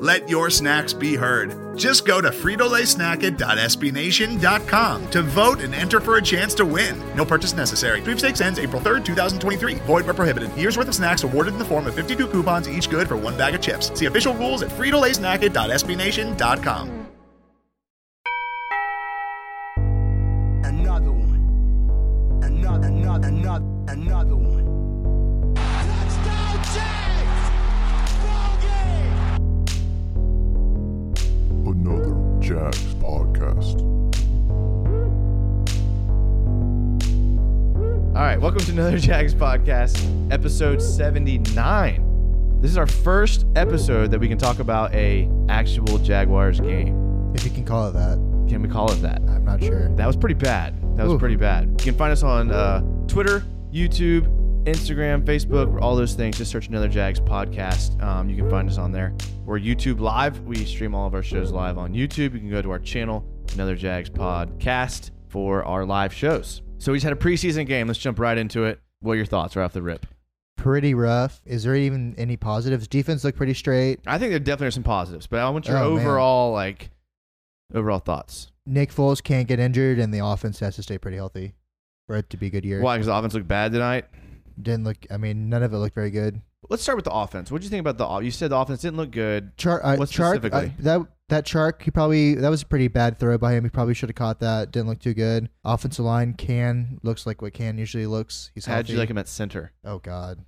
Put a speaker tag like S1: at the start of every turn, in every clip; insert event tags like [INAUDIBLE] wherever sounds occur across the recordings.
S1: Let your snacks be heard. Just go to fritolaysnacket.espnation.com to vote and enter for a chance to win. No purchase necessary. Three stakes ends April 3rd, 2023. Void where prohibited. Year's worth of snacks awarded in the form of 52 coupons, each good for one bag of chips. See official rules at fritolaysnacket.espnation.com.
S2: Another one. Another, another, another, another one.
S3: Touchdown, Jags! Bogey!
S4: another Jack's podcast.
S5: All right, welcome to another Jags podcast, episode 79. This is our first episode that we can talk about a actual Jaguars game.
S6: If you can call it that.
S5: Can we call it that?
S6: I'm not sure.
S5: That was pretty bad. That was
S6: Ooh.
S5: pretty bad. You can find us on uh, Twitter, YouTube, Instagram, Facebook, all those things. Just search Another Jags podcast. Um, you can find us on there. We're YouTube live. We stream all of our shows live on YouTube. You can go to our channel, Another Jags podcast, for our live shows. So we just had a preseason game. Let's jump right into it. What are your thoughts right off the rip?
S6: Pretty rough. Is there even any positives? Defense looked pretty straight.
S5: I think there definitely are some positives, but I want your
S6: Oh, man.
S5: overall like overall thoughts.
S6: Nick Foles can't get injured, and the offense has to stay pretty healthy for it to be a good year.
S5: Why? Because the offense looked bad tonight.
S6: Didn't look. I mean, none of it looked very good.
S5: Let's start with the offense. What do you think about the? off- You said the offense didn't look good.
S6: Char- uh,
S5: What
S6: Chark, uh,
S5: specifically?
S6: that that Chark, he probably that was a pretty bad throw by him. He probably should have caught that. Didn't look too good. Offensive line can looks like what can usually looks. He's
S5: How'd
S6: healthy.
S5: you like him at center? [LAUGHS]
S6: Oh God,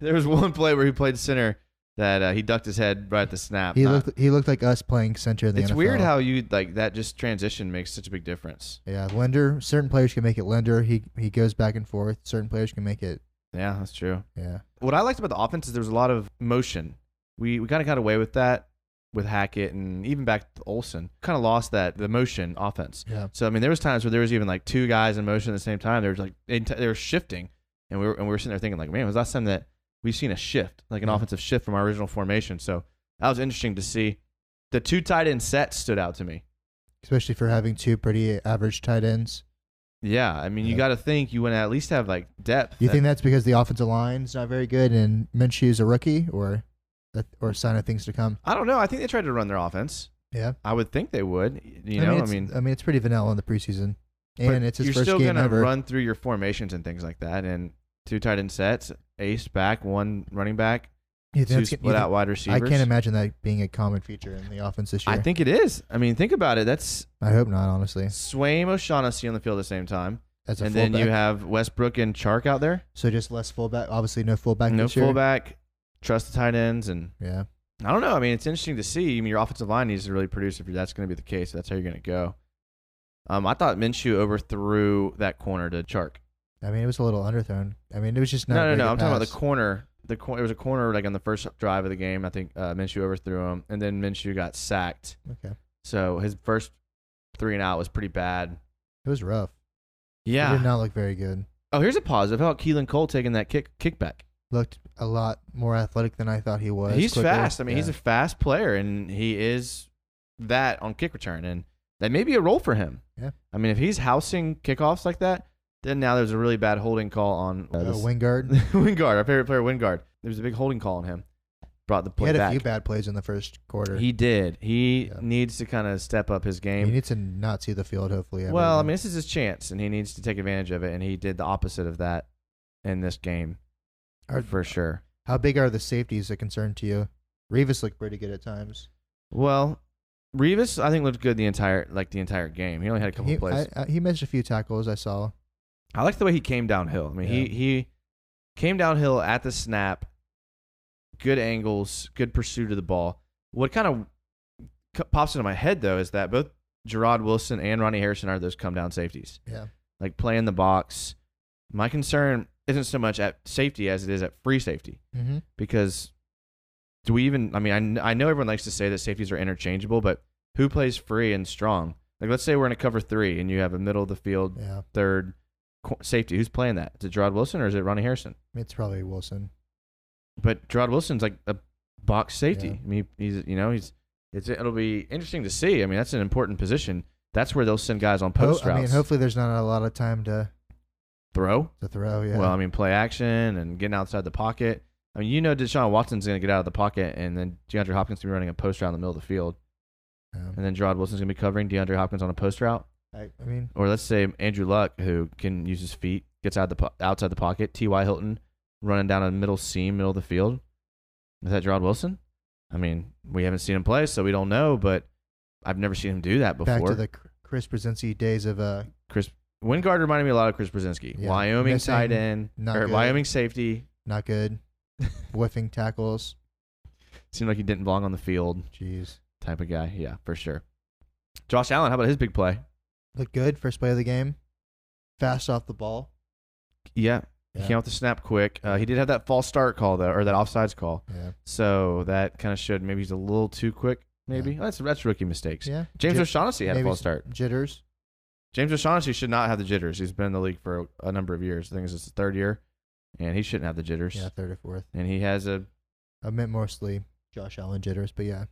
S5: there was one play where he played center that uh, he ducked his head right at the snap.
S6: he
S5: Not-
S6: looked he looked like us playing center in the
S5: it's
S6: NFL.
S5: weird how you like that. Just transition makes such a big difference.
S6: yeah, lender. Certain players can make it lender. He he goes back and forth. Certain players can make it.
S5: Yeah, that's true.
S6: Yeah.
S5: What I liked about the offense is there was a lot of motion. We we kind of got away with that with Hackett and even back to Olson. Kind of lost that the motion offense.
S6: Yeah.
S5: So I mean, there was times where there was even like two guys in motion at the same time. They were like in they were shifting, and we were and we were sitting there thinking like, man, it was the last time that we've seen a shift, like an
S6: Yeah.
S5: offensive shift from our original formation. So that was interesting to see. The two tight end sets stood out to me.
S6: especially for having two pretty average tight ends.
S5: Yeah, I mean, you
S6: Yeah.
S5: got to think you want to at least have like depth.
S6: You
S5: at-
S6: think that's because the offensive line's not very good and Minshew's a rookie, or that, or a sign of things to come?
S5: I don't know. I think they tried to run their offense.
S6: Yeah,
S5: I would think they would. You know,
S6: it's,
S5: I mean,
S6: I mean, it's pretty vanilla in the preseason, and
S5: But
S6: it's his
S5: you're
S6: first
S5: still
S6: game
S5: gonna
S6: ever.
S5: run through your formations and things like that, and two tight end sets, ace back, one running back, two
S6: You that's gonna- you
S5: split out wide
S6: I
S5: receivers.
S6: can't imagine that being a common feature in the offense this year.
S5: I think it is. I mean, think about it. That's
S6: I hope not. Honestly,
S5: Swaim O'Shaughnessy on the field at the same time,
S6: as a
S5: and
S6: fullback,
S5: then you have Westbrook and Chark out there.
S6: so just less fullback. Obviously, no fullback.
S5: no
S6: this year.
S5: fullback. Trust the tight ends, and
S6: Yeah,
S5: I don't know. I mean, it's interesting to see. I mean, your offensive line needs to really produce if that's going to be the case. That's how you're going to go. Um, I thought Minshew overthrew that corner to Chark.
S6: I mean, it was a little underthrown. I mean, it was just not.
S5: No,
S6: a
S5: no,
S6: very
S5: no.
S6: good
S5: I'm talking about
S6: pass.
S5: the corner. The cor- it was a corner like on the first drive of the game. I think uh, Minshew overthrew him, and then Minshew got sacked.
S6: Okay,
S5: So his first three and out was pretty bad.
S6: it was rough. it did
S5: Yeah.
S6: not look very good.
S5: Oh, here's a positive. How about Keelan Cole taking that kick kickback?
S6: Looked a lot more athletic than I thought he was.
S5: he's
S6: quicker.
S5: fast. I mean, he's
S6: Yeah.
S5: a fast player, and he is that on kick return, and that may be a role for him.
S6: Yeah.
S5: I mean, if he's housing kickoffs like that, then now there's a really bad holding call on uh,
S6: Uh,
S5: this-
S6: Wingard.
S5: [LAUGHS] Wingard, our favorite player, Wingard. There was a big holding call on him. Brought the
S6: He
S5: play
S6: had
S5: back.
S6: a few bad plays in the first quarter. He,
S5: He did. He
S6: Yeah.
S5: needs to kind of step up his game.
S6: needs to not see the field, hopefully. ever
S5: well, I
S6: again.
S5: mean, this is his chance, and he needs to take advantage of it. And he did the opposite of that in this game,
S6: Are-
S5: for sure.
S6: how big are the safeties a concern to you? Revis looked pretty good at times.
S5: Well, Revis, I think looked good the entire like the entire game. He only had a couple
S6: He,
S5: of plays.
S6: I, I, he missed a few tackles, I saw.
S5: I, liked the way he came downhill. I mean, he
S6: Yeah.
S5: he came downhill at the snap. Good angles, good pursuit of the ball. What kind of c- pops into my head though is that both Gerard Wilson and Ronnie Harrison are those come down safeties.
S6: Yeah.
S5: like play in the box. My concern isn't so much at safety as it is at free safety
S6: Mm-hmm.
S5: because do we even? I mean, I, kn- I know everyone likes to say that safeties are interchangeable, but who plays free and strong? Like, let's say we're in a cover three, and you have a middle of the field
S6: Yeah,
S5: third qu- safety. Who's playing that? Is it Gerard Wilson or is it Ronnie Harrison?
S6: it's probably Wilson.
S5: But Gerard Wilson's like a box safety.
S6: Yeah.
S5: I mean, he's you know he's it's it'll be interesting to see. I mean, that's an important position. That's where they'll send guys on post
S6: Ho- I mean,
S5: routes.
S6: hopefully there's not a lot of time to,
S5: throw.
S6: to throw. Yeah.
S5: Well, I mean, play action and getting outside the pocket. I mean, you know, Deshaun Watson's going to get out of the pocket, and then DeAndre Hopkins going to be running a post route in the middle of the field,
S6: Um,
S5: and then Gerard Wilson's going to be covering DeAndre Hopkins on a post route.
S6: I, I mean,
S5: Or let's say Andrew Luck, who can use his feet, gets out the po- outside the pocket. T.Y. Hilton running down a middle seam, middle of the field. Is that Gerard Wilson? I mean, we haven't seen him play, so we don't know, but I've never seen him do that before.
S6: back to the Cr- Chris Brzezinski days of uh,
S5: Chris Wingard reminded me a lot of Chris Brzezinski.
S6: Yeah.
S5: Wyoming
S6: Missing,
S5: tight end,
S6: not
S5: or
S6: good.
S5: Wyoming safety.
S6: not good, [LAUGHS] whiffing tackles.
S5: Seemed like he didn't belong on the field
S6: Jeez.
S5: type of guy. Yeah, for sure. Josh Allen, how about his big play?
S6: Looked good. First play of the game. Fast off the ball.
S5: Yeah. He
S6: Yeah.
S5: came off the snap quick. Uh, he did have that false start call, though, or that offsides call.
S6: Yeah.
S5: So that kind of showed maybe he's a little too quick. Maybe that's that's rookie mistakes.
S6: Yeah.
S5: James
S6: Jit-
S5: O'Shaughnessy had a
S6: maybe
S5: false
S6: some
S5: start.
S6: Jitters.
S5: James O'Shaughnessy should not have the jitters. He's been in the league for a, a number of years. I think it's his third year, and he shouldn't have the jitters.
S6: Yeah, third or fourth.
S5: And he has a
S6: I meant mostly Josh Allen jitters, but yeah.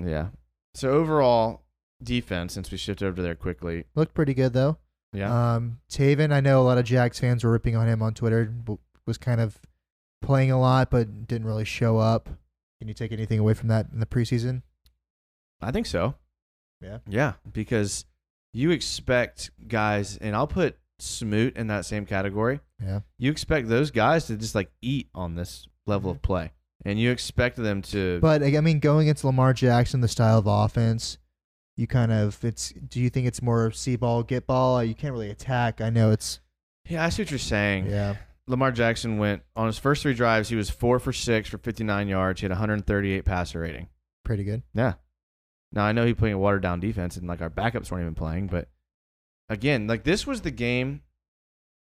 S5: yeah. So overall defense, since we shifted over there quickly,
S6: Looked pretty good though.
S5: yeah,
S6: Um, Taven, I know a lot of Jags fans were ripping on him on Twitter. w- Was kind of playing a lot, but didn't really show up. Can you take anything away from that in the preseason?
S5: I think so.
S6: Yeah.
S5: yeah, because you expect guys, and I'll put Smoot in that same category.
S6: Yeah.
S5: You expect those guys to just like eat on this level of play, and you expect them to
S6: Mm-hmm. But I I mean, going against Lamar Jackson, the style of offense, you kind of it's. Do you think it's more see ball, get ball? You can't really attack. I know it's.
S5: Yeah, I see what you're saying.
S6: Yeah,
S5: Lamar Jackson went on his first three drives, he was four for six for 59 yards. He had 138 passer rating.
S6: pretty good.
S5: Yeah. Now, I know he played a watered down defense and like our backups weren't even playing, but again, like this was the game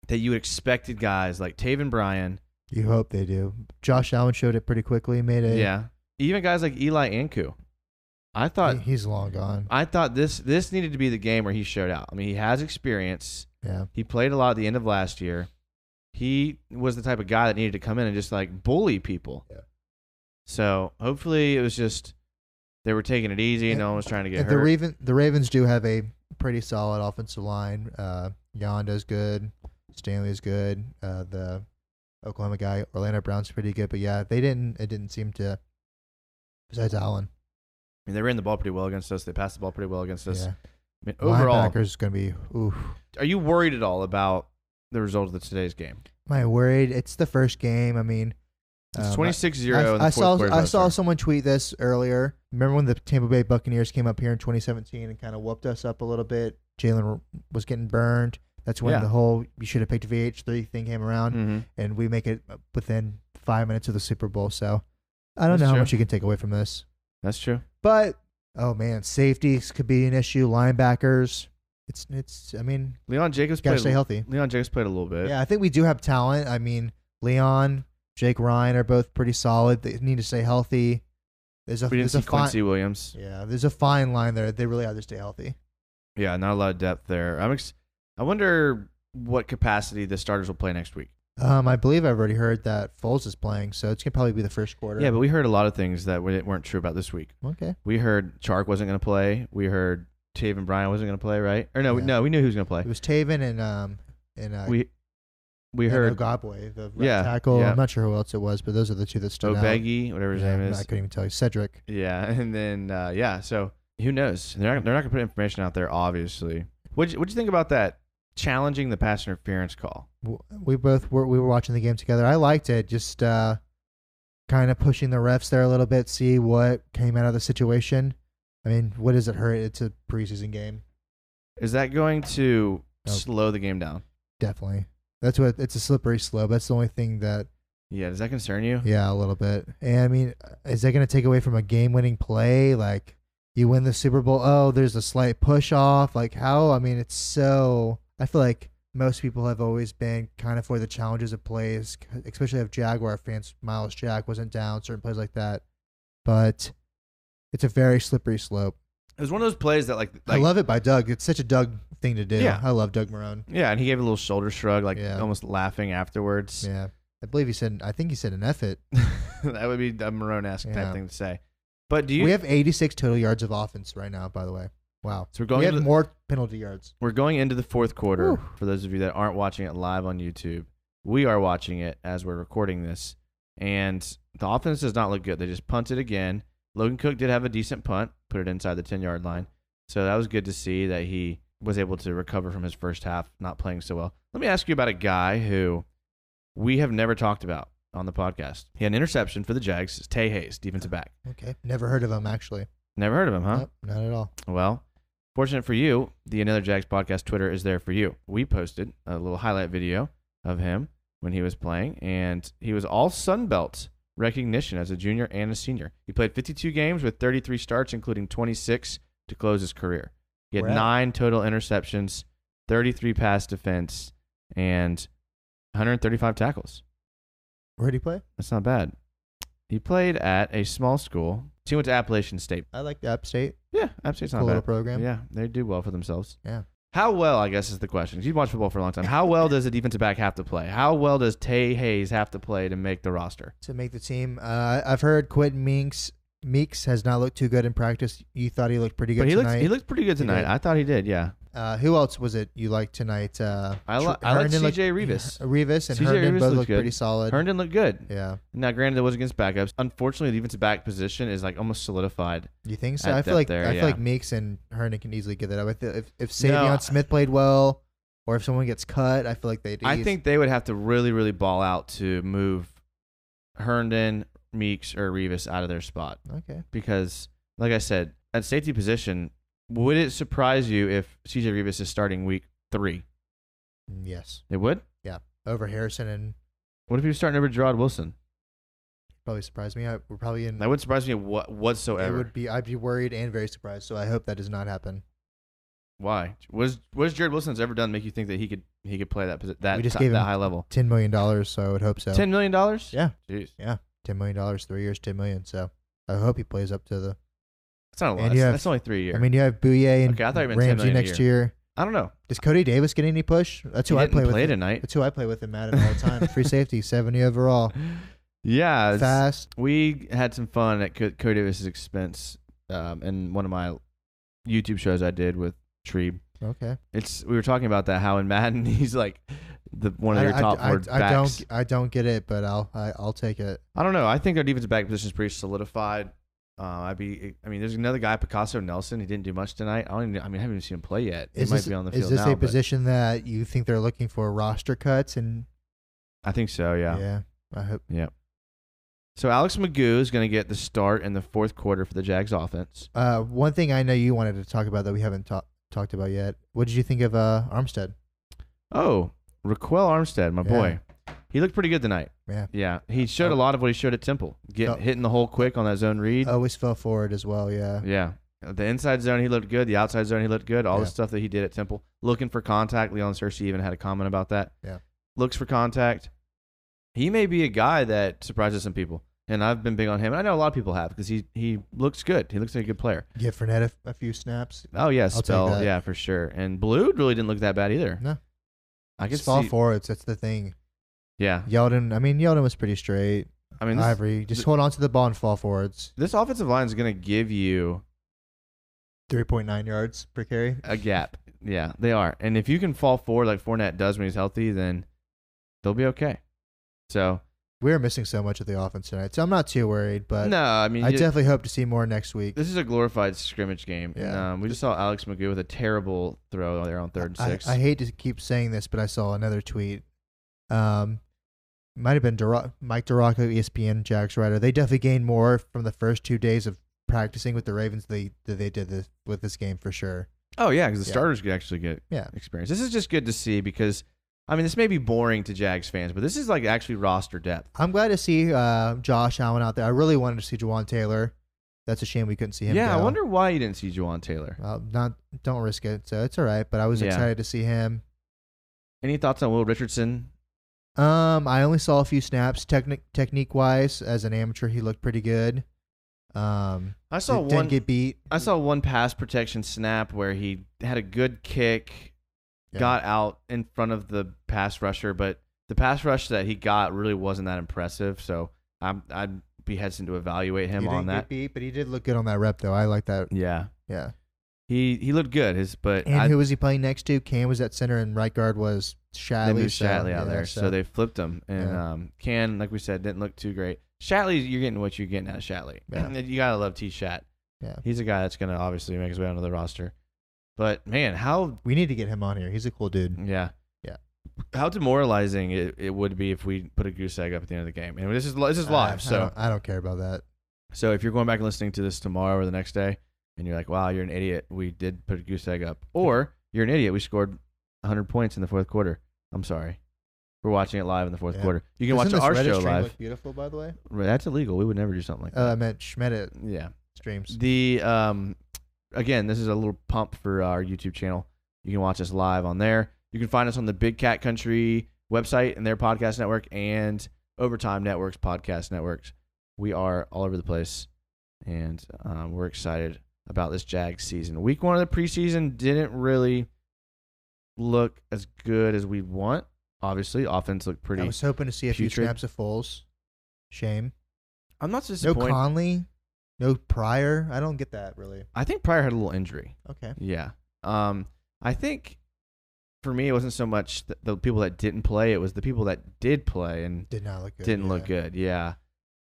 S5: that you expected guys like Taven Bryan.
S6: You hope they do. Josh Allen showed it pretty quickly. Made
S5: Yeah.
S6: it.
S5: Even guys like Eli Anku. I thought.
S6: He- he's long gone.
S5: I thought this this needed to be the game where he showed out. I mean, he has experience.
S6: Yeah,
S5: He played a lot at the end of last year. He was the type of guy that needed to come in and just like bully people.
S6: Yeah.
S5: So hopefully it was just they were taking it easy.
S6: And-
S5: no one was trying to get
S6: And
S5: hurt.
S6: the Raven, the Ravens do have a pretty solid offensive line. Uh, Yonda's good. Stanley's good. Uh, the Oklahoma guy, Orlando Brown's pretty good. But yeah, they didn't. It didn't seem to. Besides Allen,
S5: I mean, they ran the ball pretty well against us. They passed the ball pretty well against us.
S6: yeah.
S5: I mean, overall,
S6: linebacker's gonna be. Oof.
S5: are you worried at all about the result of the, today's game?
S6: Am I worried? It's the first game. I mean,
S5: It's
S6: um,
S5: twenty six zero. 26-0 in the
S6: I, I
S5: fourth
S6: saw
S5: quarter,
S6: I
S5: by
S6: saw
S5: the way.
S6: someone tweet this earlier. Remember when the Tampa Bay Buccaneers came up here in 2017 and kind of whooped us up a little bit? Jalen was getting burned. That's when
S5: Yeah.
S6: the whole you should have picked VH3 thing came around,
S5: Mhm.
S6: and we make it within five minutes of the Super Bowl. So I don't
S5: That's
S6: know how
S5: true.
S6: much you can take away from this,
S5: That's true.
S6: but oh man, safeties could be an issue. Linebackers, it's it's. I mean,
S5: Leon Jacobs
S6: gotta
S5: played.
S6: stay healthy.
S5: Leon Jacobs played a little bit.
S6: Yeah, I think we do have talent. I mean, Leon, Jake Ryan are both pretty solid. They need to stay healthy. There's a
S5: We didn't
S6: there's
S5: see
S6: a fine,
S5: Quincy Williams.
S6: yeah, there's a fine line there. They really have to stay healthy.
S5: Yeah, not a lot of depth there. I'm ex- I wonder what capacity the starters will play next week.
S6: Um, I believe I've already heard that Foles is playing, so it's gonna probably be the first quarter.
S5: Yeah, but we heard a lot of things that we- weren't true about this week.
S6: okay.
S5: We heard Chark wasn't going to play. We heard Taven Bryan wasn't going to play, right? Or no, we
S6: Yeah.
S5: no, we knew he was going to
S6: It
S5: play.
S6: was Taven and um and uh,
S5: We we
S6: and
S5: heard
S6: Ogboe, the right
S5: Yeah,
S6: tackle.
S5: yeah.
S6: I'm not sure who else it was, but those are the two that stood out.
S5: Obegi, whatever his
S6: Yeah,
S5: name
S6: I'm not- I
S5: is.
S6: couldn't even tell you. Cedric.
S5: Yeah, [LAUGHS] and then uh, yeah, so who knows? They're not, they're not going to put information out there, obviously. What what you think about that challenging the pass interference call?
S6: w- we both were we were watching the game together. I liked it, just uh, kind of pushing the refs there a little bit, see what came out of the situation. I mean, what does it hurt? It's a preseason game,
S5: Is that going to
S6: Oh.
S5: slow the game down?
S6: definitely. That's what it's a slippery slope. That's the only thing that,
S5: Yeah, does that concern you?
S6: yeah, a little bit. And I mean, is that going to take away from a game-winning play? Like you win the Super Bowl, oh, there's a slight push off. Like how? I mean, it's so. I feel like most people have always been kind of for the challenges of plays, especially if Jaguar fans, Miles Jack wasn't down, certain plays like that. but it's a very slippery slope.
S5: It was one of those plays that like, like
S6: I love it by Doug. It's such a Doug thing to do.
S5: Yeah.
S6: I love Doug Marone.
S5: yeah, and he gave a little shoulder shrug, like
S6: Yeah.
S5: almost laughing afterwards.
S6: Yeah. I believe he said. I think he said an F it.
S5: [LAUGHS] that would be a Marone-esque type
S6: Yeah.
S5: thing to say. But do you?
S6: we have 86 total yards of offense right now. By the way, wow.
S5: So we're going
S6: We have
S5: into the-
S6: more penalty yards.
S5: We're going into the fourth quarter.
S6: Whew.
S5: For those of you that aren't watching it live on YouTube, we are watching it as we're recording this. And the offense does not look good. They just punted again. Logan Cook did have a decent punt, put it inside the 10 yard line. So that was good to see that he was able to recover from his first half not playing so well. Let me ask you about a guy who we have never talked about on the podcast. He had an interception for the Jags, It's Tay Hayes, defensive back.
S6: Okay, never heard of him actually.
S5: Never heard of him, huh?
S6: Nope, not at all.
S5: Well, fortunate for you, the Another Jags podcast Twitter is there for you. We posted a little highlight video of him when he was playing, and he was all Sunbelt recognition as a junior and a senior. He played 52 games with 33 starts, including 26 to close his career. He had
S6: Wow.
S5: nine total interceptions, 33 pass defense, and 135 tackles.
S6: Where did he play?
S5: That's not bad. He played at a small school. He went to Appalachian State.
S6: I like the Upstate.
S5: Yeah, absolutely. It's not bad.
S6: Cool little program.
S5: Yeah, they do well for themselves.
S6: Yeah.
S5: How well, I guess, is the question. You've watched football for a long time. How well does a defensive back have to play? How well does Tay Hayes have to play to make the roster?
S6: to make the team. Uh, I've heard Quinn Meeks Meeks has not looked too good in practice. You thought he looked pretty good
S5: But he
S6: tonight.
S5: looked he looked pretty good
S6: He
S5: tonight.
S6: did.
S5: I thought he did. Yeah.
S6: uh, who else was it you liked tonight? Uh,
S5: I li-
S6: Tr-
S5: I like
S6: Herndon looked-
S5: CJ Revis.
S6: Revis and
S5: CJ
S6: Herndon
S5: Revis
S6: both
S5: looked
S6: looked
S5: good.
S6: pretty solid.
S5: Herndon looked good.
S6: Yeah,
S5: Now, granted, it was against backups. Unfortunately, the defensive back position is like almost solidified.
S6: you think so?
S5: At
S6: I feel
S5: that
S6: like
S5: there,
S6: I
S5: yeah.
S6: feel like Meeks and Herndon can easily get that up. I feel- If if
S5: No,
S6: Savion
S5: I-
S6: Smith played well, or if someone gets cut, I feel like they.
S5: I think they would have to really, really ball out to move Herndon, Meeks, or Revis out of their spot.
S6: okay.
S5: because, like I said, at safety position, would it surprise you if CJ Revis is starting week three?
S6: Mm, Yes,
S5: It would.
S6: over Harrison and
S5: What if he was starting over Gerard Wilson?
S6: probably surprised me. I, we're probably in.
S5: That wouldn't surprise me wha-
S6: it
S5: whatsoever.
S6: would be. I'd be worried and very surprised. So I hope that does not happen.
S5: Why? Was what has Jared Wilson's ever done make you think that he could he could play that posi- that
S6: We just
S5: top-
S6: gave
S5: that
S6: him
S5: high level?
S6: Ten million dollars. So I would hope so.
S5: Ten million dollars?
S6: Yeah.
S5: Jeez,
S6: ten million dollars, three years, ten million. So I hope he plays up to the.
S5: that's not a lot.
S6: And
S5: That's,
S6: you have-
S5: that's only three years.
S6: I mean, you have Bouye and
S5: Okay, I thought you meant 10
S6: Ramsey
S5: million a
S6: next year.
S5: I don't know.
S6: Does Cody Davis get any push? That's who
S5: He
S6: I
S5: didn't
S6: play with.
S5: play
S6: in-
S5: tonight.
S6: That's who I play with in Madden all the time. Free safety, seventy overall,
S5: Yeah, it's-
S6: fast.
S5: we had some fun at Co- Cody Davis's expense um, in one of my YouTube shows I did with Trebe.
S6: Okay.
S5: It's we were talking about that how in Madden [LAUGHS] he's like the one of
S6: I,
S5: your
S6: I-
S5: top
S6: I-
S5: four
S6: I
S5: backs.
S6: don't. I don't get it, but I'll. I, I'll take it.
S5: I don't know. I think their defensive back position is pretty solidified. Uh, I'd be. I mean, there's another guy, Picasso Nelson. He didn't do much tonight. I don't. Even, I mean, I haven't even seen him play yet. He
S6: Is
S5: might
S6: this,
S5: be on the
S6: is
S5: field
S6: this
S5: now,
S6: a
S5: but
S6: position that you think they're looking for roster cuts? And
S5: I think so. Yeah.
S6: yeah, I hope.
S5: So Alex Magoo is going to get the start in the fourth quarter for the Jags offense.
S6: Uh, one thing I know you wanted to talk about that we haven't talked talked about yet. What did you think of uh, Armstead?
S5: Oh, Raquel Armstead, my
S6: Yeah.
S5: boy. He looked pretty good tonight.
S6: Yeah.
S5: Yeah. He showed a lot of what he showed at Temple, getting
S6: Oh.
S5: hitting the hole quick on that zone read.
S6: Always fell forward as well. Yeah.
S5: Yeah. Uh, The inside zone, he looked good. The outside zone, he looked good. All the
S6: Yeah.
S5: stuff that he did at Temple, looking for contact. Leon Searcy even had a comment about that.
S6: Yeah.
S5: Looks for contact. He may be a guy that surprises some people. And I've been big on him. And I know a lot of people have because he, he looks good. He looks like a good player.
S6: Give Fournette a, a few snaps.
S5: Oh, yeah.
S6: take
S5: Spell.
S6: that.
S5: Yeah, for sure. And Blue really didn't look that bad either.
S6: No.
S5: I could
S6: Just fall
S5: see.
S6: forwards. That's the thing.
S5: Yeah.
S6: Yeldon. I mean, Yeldon was pretty straight.
S5: I mean, this,
S6: Ivory. Just
S5: th-
S6: hold on to the ball and fall forwards.
S5: this offensive line is going to give you
S6: Three point nine yards per carry.
S5: a gap. Yeah, they are. And if you can fall forward like Fournette does when he's healthy, then they'll be okay. So
S6: We are missing so much of the offense tonight, so I'm not too worried. But
S5: no, I mean,
S6: I
S5: you-
S6: definitely hope to see more next week.
S5: this is a glorified scrimmage game.
S6: Yeah.
S5: Um, we just saw Alex Magoo with a terrible throw there on third and
S6: I,
S5: six.
S6: I hate to keep saying this, but I saw another tweet. Um, might have been Dura- Mike E Duraco, ESPN, Jags writer. They definitely gained more from the first two days of practicing with the Ravens. They than they did this with this game for sure.
S5: oh yeah, because the
S6: Yeah.
S5: starters could actually get
S6: Yeah.
S5: experience. This is just good to see because I mean, this may be boring to Jags fans, but this is like actually roster depth.
S6: I'm glad to see uh, Josh Allen out there. I really wanted to see Jawan Taylor. That's a shame we couldn't see him.
S5: Yeah, I
S6: go.
S5: wonder why you didn't see Juwan Taylor.
S6: Well, not don't risk it. So it's all right. But I was
S5: Yeah.
S6: excited to see him.
S5: Any thoughts on Will Richardson?
S6: Um, I only saw a few snaps. Technique technique wise, as an amateur, he looked pretty good. Um,
S5: I saw
S6: didn't
S5: one.
S6: get beat.
S5: I saw one pass protection snap where he had a good kick,
S6: Yeah.
S5: got out in front of the pass rusher, but the pass rush that he got really wasn't that impressive. So I'm I'd be hesitant to evaluate him
S6: He
S5: on
S6: didn't
S5: that.
S6: get beat, but he did look good on that rep though. I like that.
S5: Yeah,
S6: Yeah.
S5: he he looked good. His but
S6: And
S5: I,
S6: who was he playing next to? Cam was at center, and right guard was Shadley.
S5: they moved
S6: so,
S5: Shatley out
S6: yeah,
S5: there, so, they flipped him. And
S6: Yeah.
S5: um, Can, like we said, didn't look too great. Shatley, you're getting what you're getting out of Shatley.
S6: Yeah.
S5: [CLEARS THROAT] you gotta love T. Shat.
S6: Yeah.
S5: he's a guy that's gonna obviously make his way onto the roster. But man, how
S6: we need to get him on here. He's a cool dude.
S5: Yeah.
S6: Yeah.
S5: How demoralizing it, it would be if we put a goose egg up at the end of the game. And this is li- this is
S6: I-
S5: live.
S6: I
S5: so
S6: don't- I don't care about that.
S5: so if you're going back and listening to this tomorrow or the next day and you're like, "Wow, you're an idiot. We did put a goose egg up." Or you're an idiot. We scored 100 points in the fourth quarter. I'm sorry. We're watching it live in the fourth
S6: Yeah.
S5: quarter. You can
S6: Doesn't
S5: watch
S6: this
S5: our
S6: Reddit
S5: show
S6: stream
S5: live.
S6: Look beautiful, by the way.
S5: Right, That's illegal. We would never do something like
S6: Uh, I
S5: that.
S6: meant Schmidit
S5: yeah.
S6: streams.
S5: The um, again, this is a little pump for our YouTube channel. You can watch us live on there. You can find us on the Big Cat Country website and their podcast network and Overtime Networks podcast networks. We are all over the place, and um, we're excited about this Jag season. Week one of the preseason didn't really look as good as we want. Obviously, offense looked pretty.
S6: I was hoping to see a few
S5: putrid.
S6: snaps of Foles. Shame.
S5: I'm not
S6: No
S5: disappointed.
S6: Conley. No Pryor. I don't get that really.
S5: I think Pryor had a little injury.
S6: Okay.
S5: Yeah. Um, I think for me, it wasn't so much the, the people that didn't play; it was the people that did play and
S6: Did not look good.
S5: didn't look
S6: yeah.
S5: good. Yeah.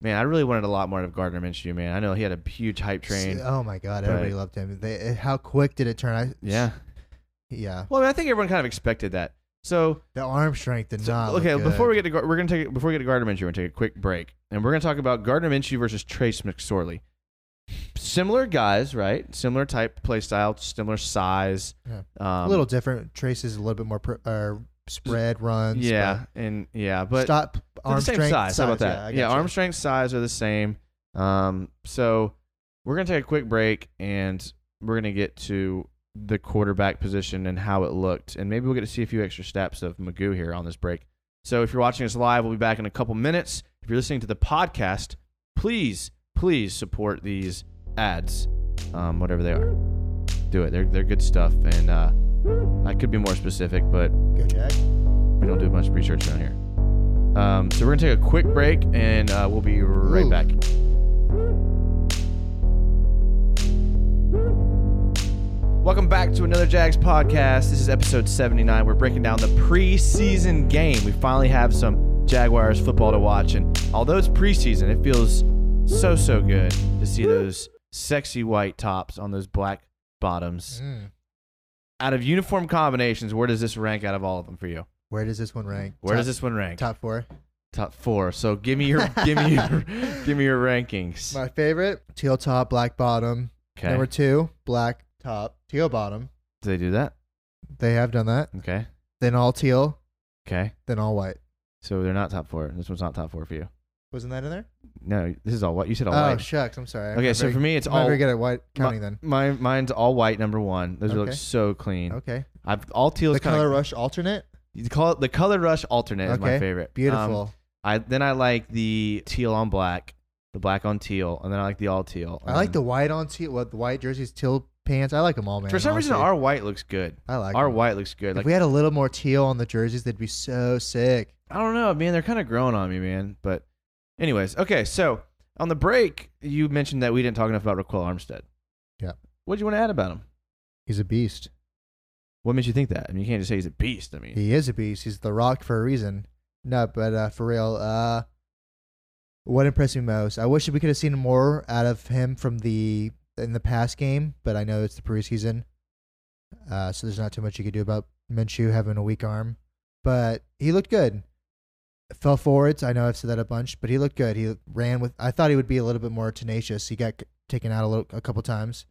S5: Man, I really wanted a lot more of Gardner Minshew. Man, I know he had a huge hype train.
S6: Oh my God!
S5: but-
S6: Everybody loved him. They, eh, how quick did it turn? I,
S5: yeah.
S6: yeah.
S5: Well, I, mean, I think everyone kind of expected that. So,
S6: The arm strength did
S5: so-
S6: not.
S5: okay,
S6: Ah, look
S5: before
S6: good.
S5: we get to Gar- we're gonna take before we get to Gardner Minshew, we're gonna take a quick break, and we're gonna talk about Gardner Minshew versus Trace McSorley. Similar guys, right? Similar type play style, similar size.
S6: Yeah.
S5: Um,
S6: a little different. Trace is a little bit more pr- uh, spread runs.
S5: Yeah, and yeah,
S6: but
S5: but
S6: stop
S5: They're
S6: arm
S5: the same
S6: strength.
S5: size. How about
S6: size,
S5: that?
S6: I
S5: Yeah,
S6: gotcha.
S5: arm strength size are the same. Um, so we're gonna take a quick break and we're gonna get to the quarterback position and how it looked, and maybe we'll get to see a few extra steps of Magoo here on this break. So if you're watching us live, we'll be back in a couple minutes. If you're listening to the podcast, please, please support these ads, um, whatever they are. Do it. They're they're good stuff, and uh, I could be more specific, but
S6: Go Jack.
S5: we don't do much research around here. Um, so we're gonna take a quick break, and uh, we'll be right
S6: Ooh.
S5: back. Welcome back to another Jags podcast. This is episode 79. We're breaking down the preseason game. We finally have some Jaguars football to watch, and although it's preseason, it feels so so good to see those sexy white tops on those black bottoms.
S6: Mm.
S5: Out of uniform combinations, where does this rank out of all of them for you?
S6: Where does this one rank?
S5: Where
S6: top,
S5: does this one rank?
S6: top four?
S5: Top four. So give me your give me your [LAUGHS] give me your rankings.
S6: My favorite: teal top, black bottom.
S5: Okay.
S6: Number two: black top, teal bottom.
S5: Did they do that?
S6: They have done that.
S5: Okay.
S6: Then all teal,
S5: Okay.
S6: then all white.
S5: So they're not top four. This one's not top four for you.
S6: Wasn't that in there?
S5: No, this is all white. You said all
S6: oh
S5: white.
S6: shucks, I'm sorry. I'm
S5: okay.
S6: not
S5: So
S6: very-
S5: for me, it's
S6: I'm
S5: all.
S6: Not very good at white
S5: mi-
S6: counting
S5: [LAUGHS]
S6: then.
S5: My, mine's all white. Number one. Those look
S6: Okay.
S5: so clean.
S6: Okay.
S5: I've all teal.
S6: The
S5: is kinda-
S6: color rush alternate.
S5: You call it the color rush alternate is my
S6: Okay.
S5: favorite. Um,
S6: Beautiful.
S5: I then I like the teal on black, the black on teal, and then I like the all teal. Um,
S6: I like the white on teal. What the white jerseys, teal pants. I like them all, man.
S5: For some reason,
S6: honestly.
S5: our white looks good.
S6: I like
S5: Our
S6: them.
S5: white looks good.
S6: If
S5: Like
S6: we had a little more teal on the jerseys, they'd be so sick.
S5: I don't know, man. They're kind of growing on me, man. But, anyways, okay. So on the break, you mentioned that we didn't talk enough about Raquel Armstead.
S6: Yeah.
S5: What do you want to add about him? He's
S6: a beast.
S5: What made you think that? I mean, you can't just say he's a beast. I mean,
S6: He is a beast. He's the rock for a reason. No, but uh, for real, uh, what impressed me most? I wish we could have seen more out of him from the in the past game, but I know it's the preseason, uh, so there's not too much you could do about Minshew having a weak arm. But he looked good. Fell forwards. I know I've said that a bunch, but he looked good. He ran with. I thought he would be a little bit more tenacious. He got c- taken out a little, a couple times.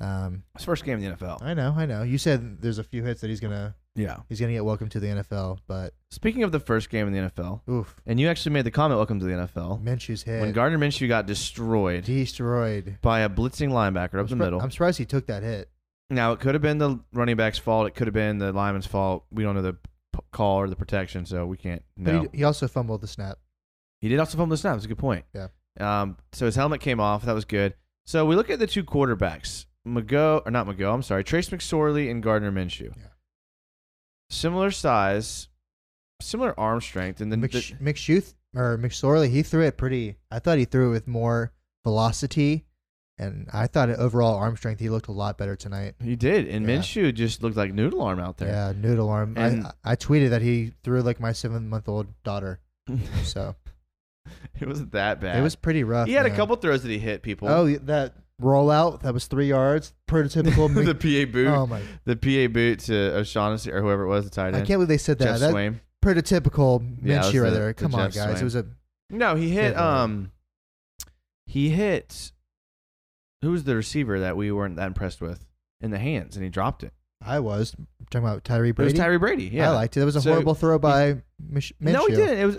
S6: Um,
S5: his first game in the NFL.
S6: I know, I know. You said there's a few hits that he's gonna
S5: Yeah.
S6: he's gonna get welcome to the NFL, but
S5: Speaking of the first game in the NFL,
S6: oof,
S5: and you actually made the comment, "Welcome to the NFL."
S6: Minshew's hit
S5: When Gardner Minshew got destroyed
S6: destroyed.
S5: by a blitzing linebacker up the
S6: Surpri-
S5: middle.
S6: I'm surprised he took that hit.
S5: Now it could have been the running back's fault. It could have been the lineman's fault. We don't know the p- call or the protection, so we can't
S6: But
S5: know.
S6: he, he also fumbled the snap.
S5: He did also fumble the snap. That's a good point.
S6: Yeah.
S5: Um, so his helmet came off. That was good. So we look at the two quarterbacks, Mago or not Mago. I'm sorry, Trace McSorley and Gardner Minshew.
S6: Yeah.
S5: Similar size, similar arm strength, and then the,
S6: Mc, McShuth or McSorley, he threw it pretty. I thought he threw it with more velocity, and I thought at overall arm strength he looked a lot better tonight.
S5: he did, and
S6: Yeah.
S5: Minshew just looked like noodle arm out there.
S6: Yeah, noodle arm.
S5: And-
S6: I, I tweeted that he threw like my seven month old daughter, so
S5: [LAUGHS] it wasn't that bad.
S6: it was pretty rough.
S5: He had a
S6: man.
S5: couple throws that he hit people. [LAUGHS]
S6: Oh, that rollout that was three yards, prototypical. Mc-
S5: [LAUGHS] the PA boot,
S6: oh my!
S5: the PA boot to O'Shaughnessy or whoever it was, the
S6: I
S5: tight end.
S6: can't believe they said
S5: Jeff
S6: that. That
S5: Swaim.
S6: prototypical
S5: Yeah, it was
S6: Minshew right
S5: the-
S6: there.
S5: the
S6: Come on,
S5: Jeff
S6: guys.
S5: Swaim.
S6: It was a
S5: No, he hit.
S6: Good lord.
S5: Um, he hit. Who was the receiver that we weren't that impressed with in the hands, and he dropped it.
S6: I was talking about Tyree Brady.
S5: It was Tyree Brady. Yeah,
S6: I liked it. That was a
S5: So-
S6: horrible throw by Mish- Minshew.
S5: No, he didn't. It was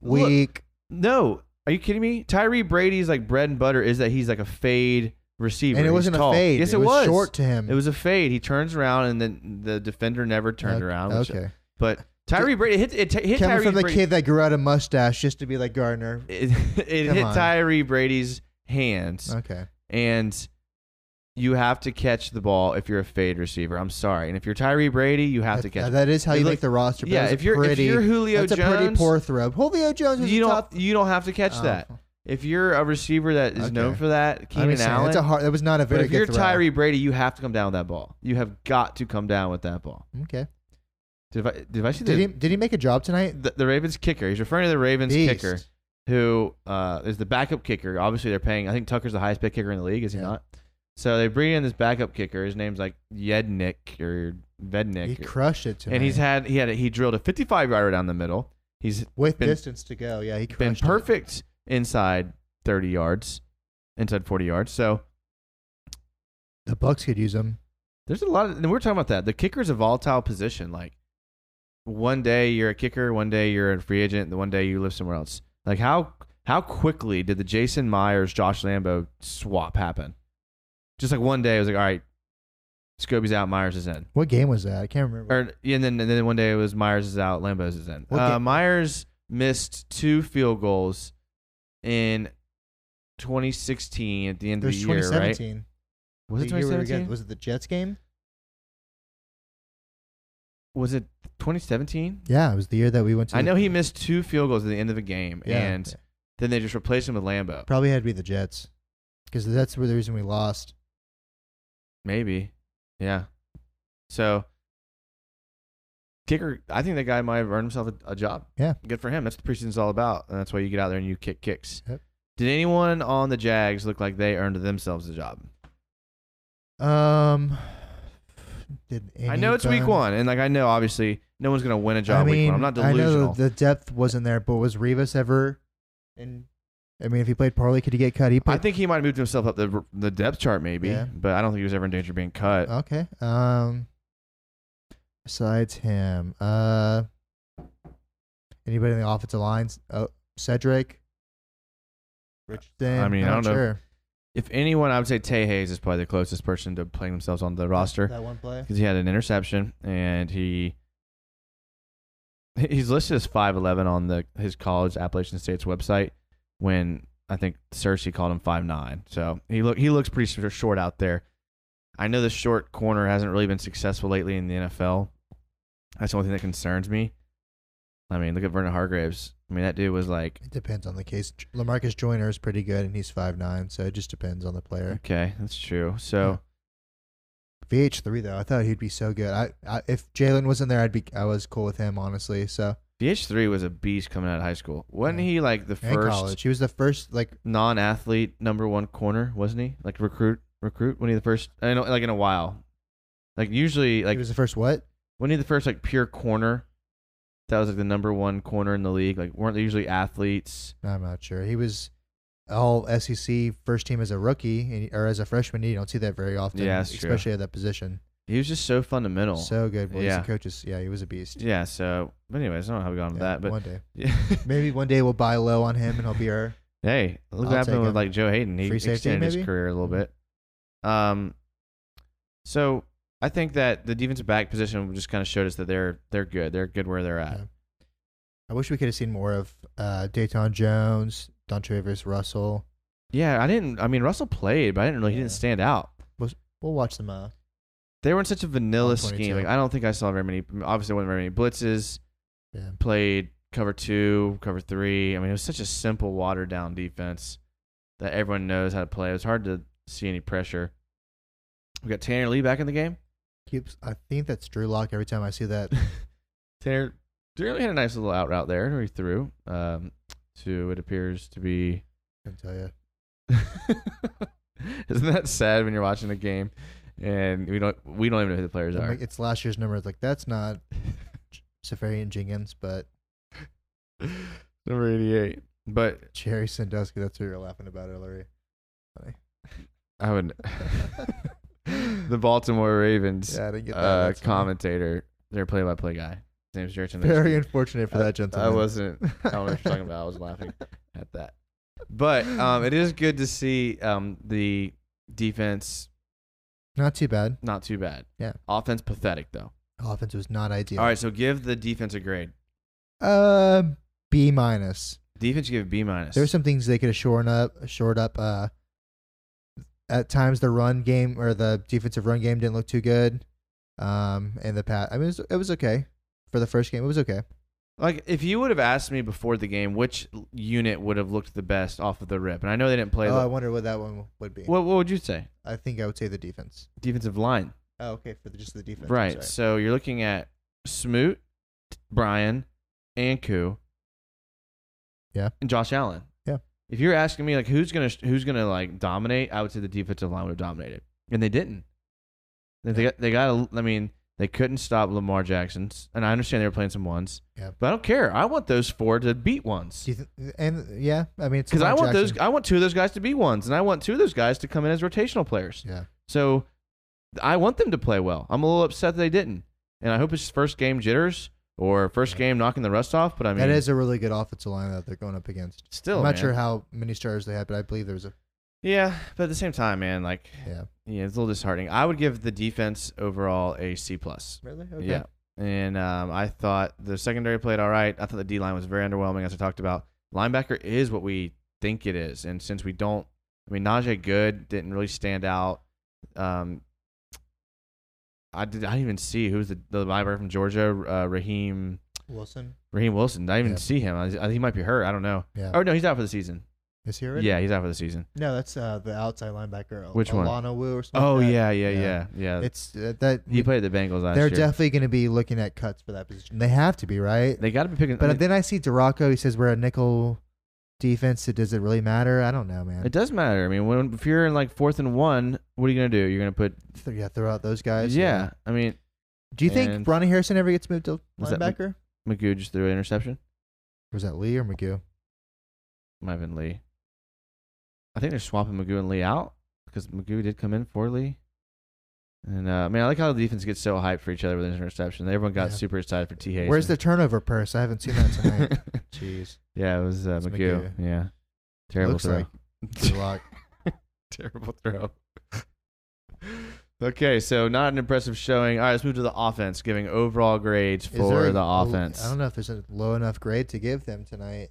S5: look,
S6: Weak.
S5: no, are you kidding me? Tyree Brady's like bread and butter is that he's like a fade receiver,
S6: and it
S5: He's
S6: wasn't
S5: tall.
S6: a fade.
S5: Yes,
S6: it,
S5: it,
S6: was, short to him.
S5: It was a fade. He turns around, and then the defender never turned
S6: Okay.
S5: around. which-
S6: Okay.
S5: but Tyree Brady it hit it hit
S6: Coming
S5: Tyree
S6: from the
S5: Brady.
S6: kid that grew out a mustache just to be like Gardner.
S5: [LAUGHS] it, it
S6: Come
S5: hit
S6: on.
S5: Tyree Brady's hands,
S6: Okay.
S5: and you have to catch the ball if you're a fade receiver. I'm sorry, and if you're Tyree Brady, you have to
S6: That-
S5: catch.
S6: that is how
S5: It
S6: you
S5: look-
S6: make the roster. but
S5: yeah,
S6: that's
S5: if you're- if
S6: pretty,
S5: you're Julio
S6: that's a pretty
S5: Jones-
S6: poor throw. Julio Jones was
S5: you
S6: a
S5: don't.
S6: top.
S5: You don't have to catch
S6: Oh.
S5: that. If you're a receiver that is known
S6: Okay.
S5: for that,
S6: I'm
S5: Keenan
S6: just saying,
S5: Allen.
S6: that's a hard. That was not a
S5: but
S6: very
S5: if you're
S6: good throw.
S5: Tyree Brady, you have to come down with that ball. You have got to come down with that ball.
S6: Okay.
S5: Did I? Did I see
S6: Did he?
S5: the,
S6: Did he make a job tonight?
S5: the the Ravens kicker? He's referring to the Ravens
S6: Beast.
S5: kicker, who uh, is the backup kicker. Obviously, they're paying. I think Tucker's the highest paid kicker in the league. Is he
S6: Yeah.
S5: not? So they bring in this backup kicker. His name's like Yednick or Vednick.
S6: He crushed it tonight.
S5: and he's had he had a, he drilled a 55 yarder down the middle. He's
S6: with
S5: been-
S6: distance to go. Yeah, he
S5: been
S6: crushed it.
S5: perfect inside 30 yards, inside 40 yards. So
S6: The Bucks could use him.
S5: there's a lot of and we're talking about that. The kicker is a volatile position. Like one day you're a kicker, one day you're a free agent, the one day you live somewhere else. Like how how quickly did the Jason Myers Josh Lambo swap happen? Just like one day it was like all right, Scobie's out, Myers is in.
S6: What game was that? I can't remember.
S5: Or yeah, and then and then one day it was Myers is out, Lambo's is in.
S6: What
S5: Uh,
S6: game-
S5: Myers missed two field goals in 2016 at the end
S6: it was
S5: of the year, right?
S6: 2017.
S5: Was it
S6: The year we were against-
S5: 2017?
S6: Was it the Jets game?
S5: Was it 2017?
S6: Yeah, it was the year that we went to.
S5: I
S6: the-
S5: know he missed two field goals at the end of the game,
S6: Yeah.
S5: and then they just replaced him with Lambo.
S6: Probably had to be the Jets because that's where the reason we lost.
S5: Maybe, yeah. So kicker, I think that guy might have earned himself a, a job.
S6: Yeah.
S5: good for him. That's what the preseason's all about, and that's why you get out there and you kick kicks.
S6: Yep.
S5: Did anyone on the Jags look like they earned themselves a job?
S6: Um, did
S5: I know it's week
S6: anybody-
S5: one, and like I know, obviously, no one's gonna win a job
S6: I mean,
S5: week one. I'm not
S6: I
S5: delusional.
S6: know the depth wasn't there, but was Rivas ever? And I mean, if he played poorly, could he get cut? He
S5: I
S6: played,
S5: think he might have moved himself up the the depth chart, maybe,
S6: Yeah. Uh,
S5: but I don't think he was ever in danger of being cut.
S6: okay. Um, besides him, uh, anybody in the offensive lines? Oh, Cedric, Richardson.
S5: I mean,
S6: I'm
S5: I don't
S6: not
S5: know.
S6: sure.
S5: If anyone, I would say Tay Hayes is probably the closest person to playing themselves on the roster
S6: That one play.
S5: because he had an interception and he [LAUGHS] he's listed as five eleven on the his college Appalachian State's website. When I think Cersei called him five nine, so he look he looks pretty sort of short out there. I know the short corner hasn't really been successful lately in the NFL. That's the only thing that concerns me. I mean, look at Vernon Hargraves. I mean, that dude was like
S6: It depends on the case. J- Lamarcus Joyner is pretty good, and he's five nine, so it just depends on the player.
S5: Okay, that's true. So
S6: VH three though, I thought he'd be so good. I, I if Jalen wasn't there, I'd be I was cool with him honestly. So
S5: VH three was a beast coming out of high school. Wasn't
S6: Yeah.
S5: he like the
S6: in college,
S5: first
S6: he was the first like
S5: non athlete number one corner, wasn't he? Like recruit recruit? When he the first I know like in a while. Like usually
S6: he
S5: like
S6: was the first what?
S5: when he the first like pure corner that was like the number one corner in the league. Like weren't they usually athletes?
S6: I'm not sure. He was all SEC first team as a rookie and, or as a freshman. You don't see that very often,
S5: Yeah, that's true.
S6: especially at that position.
S5: He was just so fundamental.
S6: So good, boys
S5: Yeah.
S6: and coaches. Yeah, he was a beast.
S5: yeah, so but anyways, I don't know how we got on
S6: Yeah,
S5: that, but
S6: one day,
S5: yeah.
S6: maybe one day we'll buy low on him and he'll be our
S5: [LAUGHS] Hey, look
S6: I'll
S5: what happened
S6: take
S5: with
S6: him.
S5: like Joe Hayden. He
S6: Free safety,
S5: extended his
S6: maybe? Mm-hmm.
S5: career a little bit. Um, so I think that the defensive back position just kind of showed us that they're they're good. They're good where they're at.
S6: Yeah. I wish we could have seen more of uh, Dayton Jones, Dontre versus Russell.
S5: Yeah, I didn't. I mean, Russell played, but I didn't really. He didn't
S6: Yeah.
S5: stand out.
S6: We'll watch them. Uh,
S5: They were in such a vanilla
S6: On
S5: scheme.
S6: 22.
S5: Like, I don't think I saw very many. Obviously, there wasn't very many blitzes.
S6: yeah.
S5: Played cover two, cover three. I mean, it was such a simple, watered down defense that everyone knows how to play. It was hard to see any pressure. We got Tanner Lee back in the game.
S6: Keeps. I think that's Drew Lock. Every time I
S5: [LAUGHS]
S6: see that,
S5: Tanner really had a nice little out route there where he threw um, to it appears to be [LAUGHS]
S6: I can tell you.
S5: Isn't that sad when you're watching a game and we don't we don't even know who the players
S6: I'm
S5: are?
S6: like, it's last year's number. It's like that's
S5: [LAUGHS]
S6: not Safarian Jenkins, but
S5: Number 88. But
S6: Jerry Sandusky. That's who you're laughing about earlier.
S5: I would [LAUGHS] the Baltimore Ravens
S6: Yeah, I didn't get that.
S5: uh,
S6: That's funny.
S5: commentator, their play-by-play guy. His name's Jared. Sandusky.
S6: [LAUGHS] Very unfortunate for
S5: I-
S6: that gentleman.
S5: I
S6: [LAUGHS]
S5: wasn't. I don't know what you're talking about. I was laughing at that. But um, it is good to see um, the defense
S6: Not too bad.
S5: not too bad.
S6: Yeah.
S5: Offense pathetic though.
S6: Offense was not ideal.
S5: All right, so give the defense a grade.
S6: Uh, B minus.
S5: Defense you give a B minus.
S6: There were some things they could have shorn up, shored up. Uh, at times the run game or the defensive run game didn't look too good. Um, and the pat. I mean, it was, it was okay for the first game. It was okay.
S5: Like if you would have asked me before the game which l- unit would have looked the best off of the rip, and I know they didn't play.
S6: Oh, I
S5: the,
S6: wonder what that one would be.
S5: what what would you say?
S6: I think I would say the defense.
S5: Defensive line,
S6: Oh, okay, for the, just the defense. I'm
S5: right?
S6: sorry.
S5: So you're looking at Smoot, Brian, Anku,
S6: Yeah.
S5: and Josh Allen.
S6: Yeah.
S5: If you're asking me like who's gonna sh- who's gonna like dominate, I would say the defensive line would have dominated, and they didn't. They- They got they got. a- I mean, they couldn't stop Lamar Jackson's, and I understand they were playing some ones.
S6: Yeah.
S5: But I don't care. I want those four to beat ones.
S6: Do you th- and yeah, I mean, it's
S5: Because I
S6: Lamar
S5: want those,
S6: Jackson.
S5: I want two of those guys to be ones, and I want two of those guys to come in as rotational players.
S6: Yeah,
S5: So I want them to play well. I'm a little upset that they didn't, and I hope it's first game jitters or first game knocking the rust off. But I mean,
S6: that is a really good offensive line that they're going up against.
S5: still
S6: I'm not
S5: man.
S6: sure how many stars they had, but I believe there was a
S5: Yeah, but at the same time, man, like
S6: yeah.
S5: yeah, it's a little disheartening. I would give the defense overall a C plus.
S6: Really?
S5: Yeah. And um, I thought the secondary played all right. I thought the D line was very underwhelming, as I talked about. Linebacker is what we think it is, and since we don't, I mean, Najee Good didn't really stand out. Um, I did. I didn't even see who's the the linebacker from Georgia, uh, Raheem
S6: Wilson.
S5: Raheem Wilson. I didn't even
S6: Yeah.
S5: see him. I, I, he might be hurt. I don't know.
S6: Yeah.
S5: Oh no, he's out for the season.
S6: Is he already?
S5: Yeah, he's out for the season.
S6: No, that's uh, the outside linebacker.
S5: Which one?
S6: Alana Wu or something.
S5: Oh
S6: like that.
S5: yeah, yeah,
S6: Yeah.
S5: yeah, yeah.
S6: It's uh, that
S5: he played at the Bengals last
S6: They're
S5: year.
S6: definitely going to be looking at cuts for that position. They have to be, right?
S5: they got to be picking.
S6: but
S5: I mean,
S6: then I see Duraco. He says we're a nickel defense. So does it really matter? I don't know, man.
S5: It does matter. I mean, when if you're in like fourth and one, what are you gonna do? You're gonna put
S6: Th- yeah, throw out those guys.
S5: yeah. I mean,
S6: Do you
S5: And-
S6: think Ronnie Harrison ever gets moved to
S5: Was that Mc-
S6: linebacker?
S5: Magoo just threw an interception.
S6: was that Lee or McGoo?
S5: Might have been Lee. I think they're swapping Magoo and Lee out because Magoo did come in for Lee. And uh, man, I like how the defense gets so hyped for each other with an interception. Everyone got
S6: Yeah.
S5: super excited for T. Hayes. [LAUGHS]
S6: Where's the turnover purse? I haven't seen that tonight. Jeez.
S5: yeah, it was uh,
S6: It's
S5: Magoo.
S6: Magoo.
S5: Yeah, terrible
S6: Looks
S5: throw. [LAUGHS]
S6: like Duroc.
S5: terrible throw. okay, so not an impressive showing. All right, let's move to the offense. Giving overall grades
S6: Is there
S5: for
S6: a-
S5: the
S6: a-
S5: offense.
S6: I don't know if there's a low enough grade to give them tonight.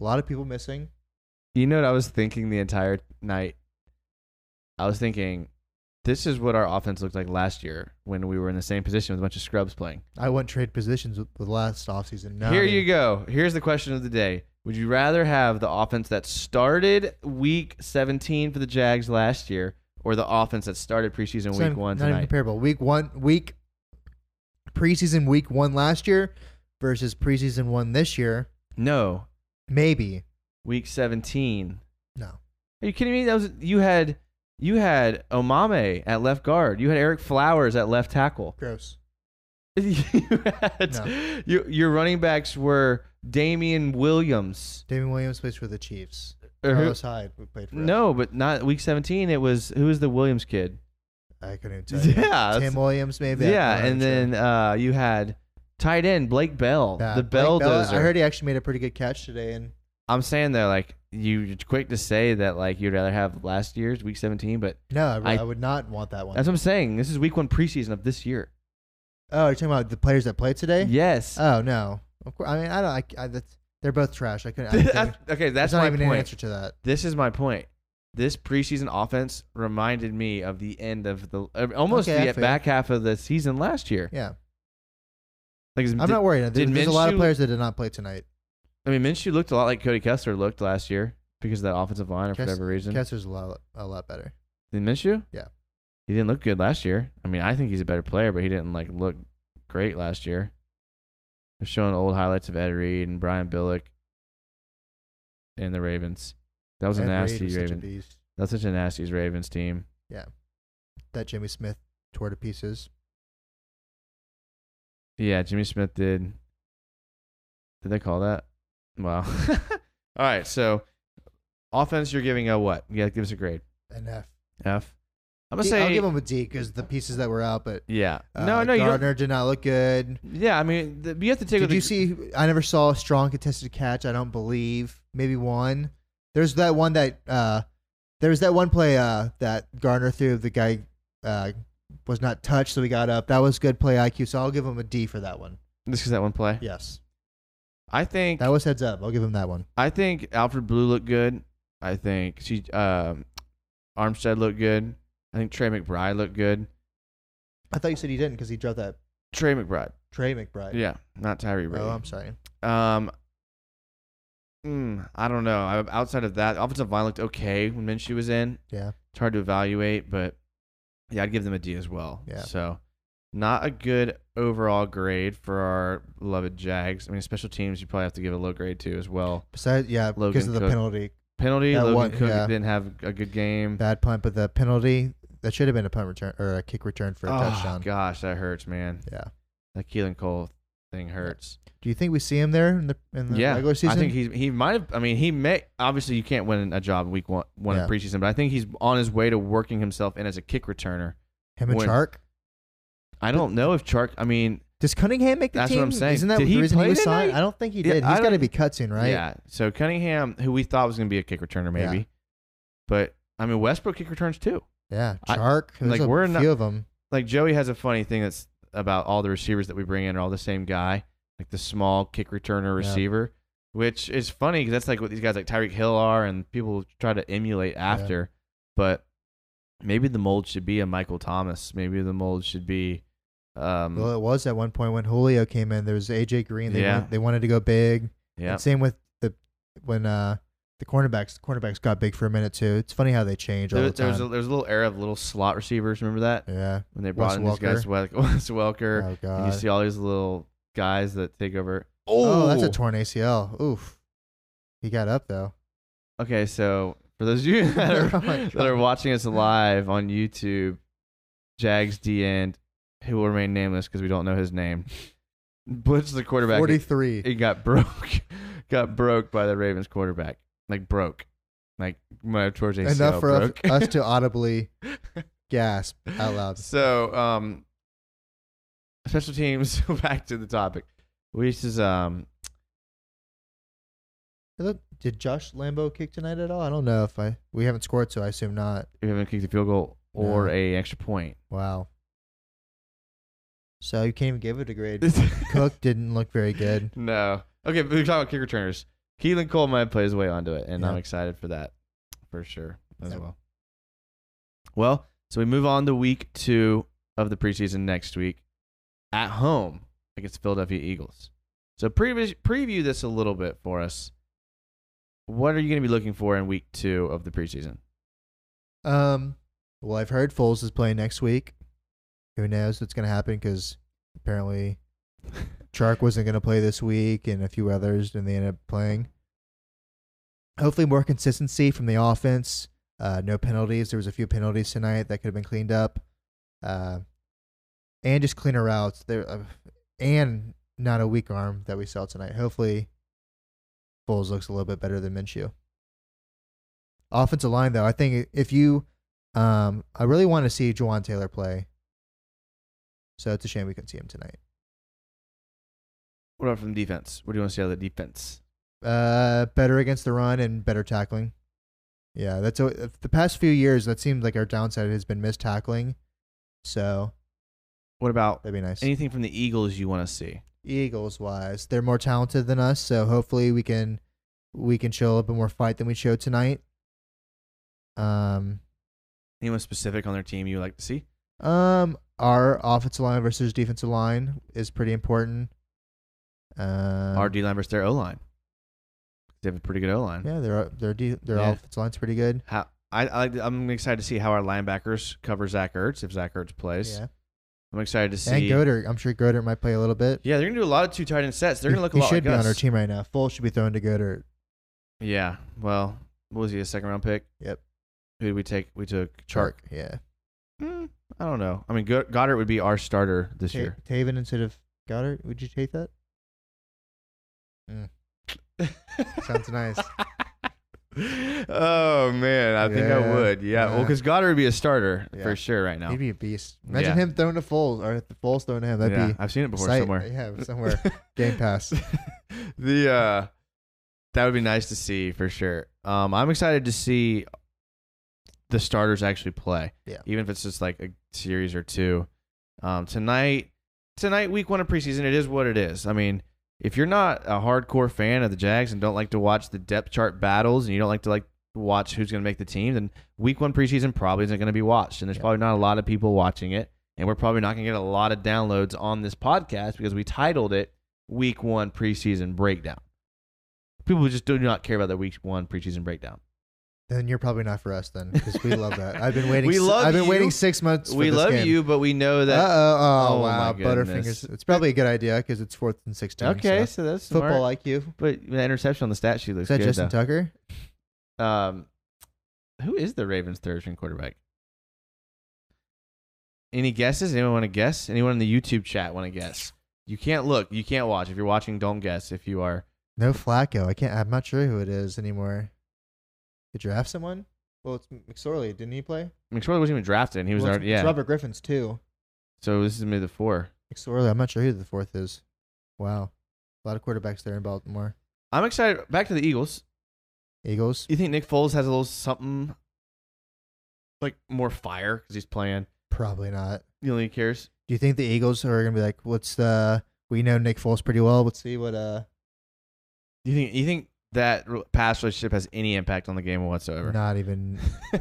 S6: A lot of people missing.
S5: You know what I was thinking the entire night? I was thinking, this is what our offense looked like last year when we were in the same position with a bunch of scrubs playing.
S6: I wouldn't trade positions with with last offseason. No,
S5: Here you go. Here's the question of the day. Would you rather have the offense that started week 17 for the Jags last year or the offense that started preseason
S6: It's
S5: week
S6: not,
S5: one
S6: not even
S5: tonight?
S6: comparable. Week one, week preseason week one last year versus preseason one this year.
S5: No,
S6: Maybe
S5: week 17.
S6: no.
S5: Are you kidding me? That was you had you had Omame at left guard. You had Eric Flowers at left tackle. [LAUGHS]
S6: Gross.
S5: you had
S6: No.
S5: your, your running backs were Damian Williams.
S6: Damon Williams plays for the Chiefs.
S5: Or Uh, who-
S6: Carlos Hyde who played for. us.
S5: no, but not week 17. It was who was the Williams kid?
S6: I couldn't even tell. you.
S5: Yeah, that's-
S6: Tim Williams maybe. I'm
S5: yeah,
S6: not
S5: and
S6: sure.
S5: then uh, you had tight end Blake Bell,
S6: Yeah,
S5: the
S6: Blake
S5: Bell
S6: Bell,
S5: dozer.
S6: I heard he actually made a pretty good catch today, and
S5: I'm saying though, like you- you're quick to say that like you'd rather have last year's week 17, but
S6: no, I,
S5: I-
S6: I would not want that one.
S5: that's what I'm saying. This is week one preseason of this year.
S6: Oh, you're talking about the players that played today?
S5: [LAUGHS] Yes.
S6: Oh no, of course. I mean, I don't. I, I that's They're both trash. I
S5: [LAUGHS]
S6: couldn't. I couldn't-
S5: okay,
S6: There's
S5: that's
S6: not
S5: my
S6: even
S5: point.
S6: an answer to that.
S5: This is my point. This preseason offense reminded me of the end of the uh, almost
S6: Okay, I
S5: the
S6: feel-
S5: back half of the season last year.
S6: Yeah,
S5: Like,
S6: I'm not worried. There,
S5: did
S6: there's a lot of
S5: Minshew-
S6: players that did not play tonight.
S5: I mean, Minshew looked a lot like Cody Kessler looked last year because of that offensive line or for
S6: Kess-
S5: whatever reason.
S6: Kessler's a lot, a lot better.
S5: Did Minshew?
S6: Yeah.
S5: He didn't look good last year. I mean, I think he's a better player, but he didn't like look great last year. They're showing old highlights of Ed Reed and Brian Billick and the Ravens. That was a
S6: Ed Reed
S5: nasty
S6: was such a
S5: Ravens.
S6: beast.
S5: That's such a nasty Ravens team.
S6: That Jimmy Smith tore to pieces.
S5: Yeah, Jimmy Smith did. Did they call that? Wow. [LAUGHS] All right, so offense, you're giving a what? Yeah, give us a grade.
S6: An F.
S5: F. I'm gonna
S6: uh, D-
S5: say.
S6: I'll give him a D because the pieces that were out, but
S5: yeah.
S6: uh,
S5: no, no, you don't.
S6: Gardner did not look good.
S5: Yeah, I mean, the, you have to take.
S6: Did
S5: with
S6: you
S5: a-
S6: see? I never saw a strong contested catch. I don't believe. Maybe one. There's that one that uh, there was that one play uh, that Garner threw. The guy uh, was not touched, so he got up. That was good play IQ. So I'll give him a D for that one.
S5: This is that one play.
S6: Yes,
S5: I think
S6: that was heads up. I'll give him that one.
S5: I think Alfred Blue looked good. I think she um Armstead looked good. I think Trey McBride looked good.
S6: I thought you said he didn't because he dropped that
S5: Trey McBride.
S6: Trey McBride.
S5: Yeah, not Tyree
S6: Oh,
S5: Brady.
S6: I'm sorry.
S5: Um, mm, I don't know. I, outside of that, offensive line looked okay when Minshew was in.
S6: Yeah.
S5: It's hard to evaluate, but yeah, I'd give them a D as well.
S6: Yeah.
S5: So not a good overall grade for our beloved Jags. I mean, special teams you probably have to give a low grade to as well.
S6: Besides, yeah,
S5: Logan
S6: because of the
S5: Cook.
S6: penalty,
S5: Penalty,
S6: That
S5: Logan
S6: one-
S5: Cook
S6: yeah.
S5: didn't have a good game.
S6: bad punt, but the penalty that should have been a punt return or a kick return for a
S5: oh,
S6: touchdown.
S5: gosh, that hurts, man.
S6: Yeah.
S5: That Keelan Cole thing hurts.
S6: Do you think we see him there in the in the
S5: yeah,
S6: regular season?
S5: I think he's he might have. I mean, he may. Obviously, you can't win a job week one, one
S6: Yeah.
S5: in preseason, but I think he's on his way to working himself in as a kick returner.
S6: him and
S5: when-
S6: Chark.
S5: I don't know if Chark. I mean,
S6: Does Cunningham make the
S5: That's
S6: team?
S5: what I'm saying.
S6: Isn't that
S5: Did
S6: the
S5: he
S6: reason
S5: play
S6: he was
S5: tonight?
S6: signed? I don't think he
S5: Yeah,
S6: did.
S5: I
S6: He's got to
S5: don't-
S6: be cut soon, right?
S5: yeah. So Cunningham, who we thought was going to be a kick returner, maybe,
S6: Yeah.
S5: but I mean Westbrook kick returns too.
S6: Yeah.
S5: I-
S6: Chark. There's
S5: like,
S6: a
S5: we're
S6: few
S5: not-
S6: of them.
S5: Like Joey has a funny thing that's about all the receivers that we bring in are all the same guy, like the small kick returner
S6: Yeah.
S5: receiver, which is funny because that's like what these guys like Tyreek Hill are, and people try to emulate after. But maybe the mold should be a Michael Thomas. Maybe the mold should be. Um,
S6: Well, it was at one point when Julio came in. There was AJ Green. They
S5: Yeah.
S6: wanted, they wanted to go big.
S5: yeah,
S6: And same with the when uh the cornerbacks. The cornerbacks got big for a minute too. It's funny how they change all
S5: there,
S6: the
S5: there was a,
S6: time.
S5: there was a little era of little slot receivers. Remember that
S6: yeah.
S5: when they
S6: Wes
S5: brought in these guys, Wes, Wes [LAUGHS] Welker,
S6: Oh
S5: And you
S6: god.
S5: see all these little guys that take over.
S6: Oh, that's a torn ACL. Oof. He got up though.
S5: Okay, so for those of you [LAUGHS] that
S6: [LAUGHS] Oh
S5: are,
S6: my
S5: that are
S6: God.
S5: watching us live on YouTube, Jags D end, who will remain nameless because we don't know his name, Blitz the quarterback.
S6: Forty three.
S5: He got broke, [LAUGHS] got broke by the Ravens quarterback. Like broke, like my towards ACL
S6: Enough for us,
S5: broke. [LAUGHS]
S6: us to audibly gasp out loud.
S5: So, um, special teams. [LAUGHS] back to the topic, which is um,
S6: Look, did Josh Lambo kick tonight at all? I don't know if I. We haven't scored, so I assume not.
S5: we haven't kicked a field goal or
S6: No.
S5: a extra
S6: [LAUGHS]
S5: point.
S6: Wow. So you can't even give it
S5: [LAUGHS]
S6: a grade. Cook didn't look very good.
S5: No. Okay, but we're talking about kick returners. Keelan Cole might play his way onto it, and I'm
S6: Yeah.
S5: excited for that for sure as
S6: Yeah.
S5: well. Well, so we move on to week two of the preseason next week at home against the Philadelphia Eagles. So previ- preview this a little bit for us. What are you going to be looking for in week two of the preseason?
S6: Um. Well, I've heard Foles is playing next week. Who knows what's gonna happen? Because apparently, Chark wasn't gonna play this week, and a few others, and they ended up playing. Hopefully, more consistency from the offense. Uh, no penalties. There was a few penalties tonight that could have been cleaned up, uh, and just cleaner routes. There, uh, and not a weak arm that we saw tonight. Hopefully, Foles looks a little bit better than Minshew. Offensive line, though, I think if you, um, I really want to see Jawan Taylor play. So it's a shame we couldn't see him tonight.
S5: What about from defense? What do you want to see out of the defense?
S6: Uh, better against the run and better tackling. Yeah, that's a, the past few years. That seems like our downside has been missed tackling. So
S5: What about
S6: that'd be nice.
S5: anything from the Eagles you want to see?
S6: Eagles wise, they're more talented than us, so hopefully we can we can show a little bit more fight than we showed tonight. Um,
S5: Anyone specific on their team you would like to see?
S6: um, our offensive line versus defensive line is pretty important. Um,
S5: Our D line versus their O line. They have a pretty good O line.
S6: yeah, their their de- their
S5: Yeah.
S6: offensive line's pretty good.
S5: How I, I I'm excited to see how our linebackers cover Zach Ertz if Zach Ertz plays.
S6: Yeah,
S5: I'm excited to see.
S6: and Goddard, I'm sure Goddard might play a little bit.
S5: Yeah, they're gonna do a lot of two tight end sets. They're
S6: He-
S5: gonna look a
S6: he
S5: lot
S6: should
S5: like
S6: be on our
S5: us.
S6: team right now. Full should be thrown to Goddard.
S5: Yeah. Well, what was he a second round pick?
S6: Yep.
S5: Who did we take? We took Chark.
S6: Chark, yeah.
S5: Hmm, I don't know. I mean, Go- Goddard would be our starter this
S6: Ta- [LAUGHS]
S5: year. [LAUGHS]
S6: Taven instead of Goddard. Would you take that?
S5: [LAUGHS]
S6: Sounds nice.
S5: oh man, I think I
S6: Yeah,
S5: would. Yeah. Well,
S6: yeah.
S5: because Goddard would be a starter
S6: Yeah.
S5: for sure right now.
S6: He'd be a beast. Imagine
S5: Yeah.
S6: him thrown to Foles or if the Foles thrown to him. That'd
S5: yeah,
S6: be
S5: I've seen it before
S6: sight-
S5: somewhere. [LAUGHS]
S6: Yeah, somewhere. Game Pass.
S5: the uh that would be nice to see for sure. Um I'm excited to see the starters actually play.
S6: Yeah.
S5: Even if it's just like a series or two. Um tonight tonight week 1 of preseason it is what it is. I mean, if you're not a hardcore fan of the Jags and don't like to watch the depth chart battles and you don't like to like watch who's going to make the team, then week 1 preseason probably isn't going to be watched and there's
S6: Yeah.
S5: probably not a lot of people watching it and we're probably not going to get a lot of downloads on this podcast because we titled it week one preseason breakdown. People just do not care about the week one preseason breakdown.
S6: Then you're probably not for us then, because we love that. I've been waiting.
S5: [LAUGHS] We
S6: s-
S5: love
S6: I've been
S5: you.
S6: waiting six months.
S5: we love you, but we know
S6: Uh
S5: that.
S6: oh!
S5: Oh,
S6: Oh wow!
S5: my goodness.
S6: Butterfingers. It's probably a good idea because it's fourth and sixteen.
S5: okay,
S6: so.
S5: so that's smart.
S6: football IQ.
S5: but the interception on the stat sheet
S6: Is
S5: looks
S6: that
S5: good.
S6: Justin Tucker?
S5: though. um, who is the Ravens' third string quarterback? Any guesses? Anyone want to guess? Anyone in the YouTube chat want to guess? You can't look. You can't watch. If you're watching, don't guess. If you are,
S6: No Flacco. I can't. I'm not sure who it is anymore. Did you draft someone? Well, it's McSorley. Didn't he play?
S5: McSorley wasn't even drafted, and he was
S6: Well,
S5: already
S6: it's,
S5: yeah.
S6: it's Robert Griffin's too.
S5: So this is maybe the four.
S6: McSorley. I'm not sure who the fourth is. Wow, a lot of quarterbacks there in Baltimore.
S5: I'm excited. Back to the Eagles.
S6: Eagles.
S5: You think Nick Foles has a little something like more fire because he's playing?
S6: Probably not.
S5: You know, he cares.
S6: Do you think the Eagles are gonna be like, what's the? We know Nick Foles pretty well. Let's see what. Uh,
S5: You think you think that re- past relationship has any impact on the game whatsoever? [LAUGHS]
S6: not even.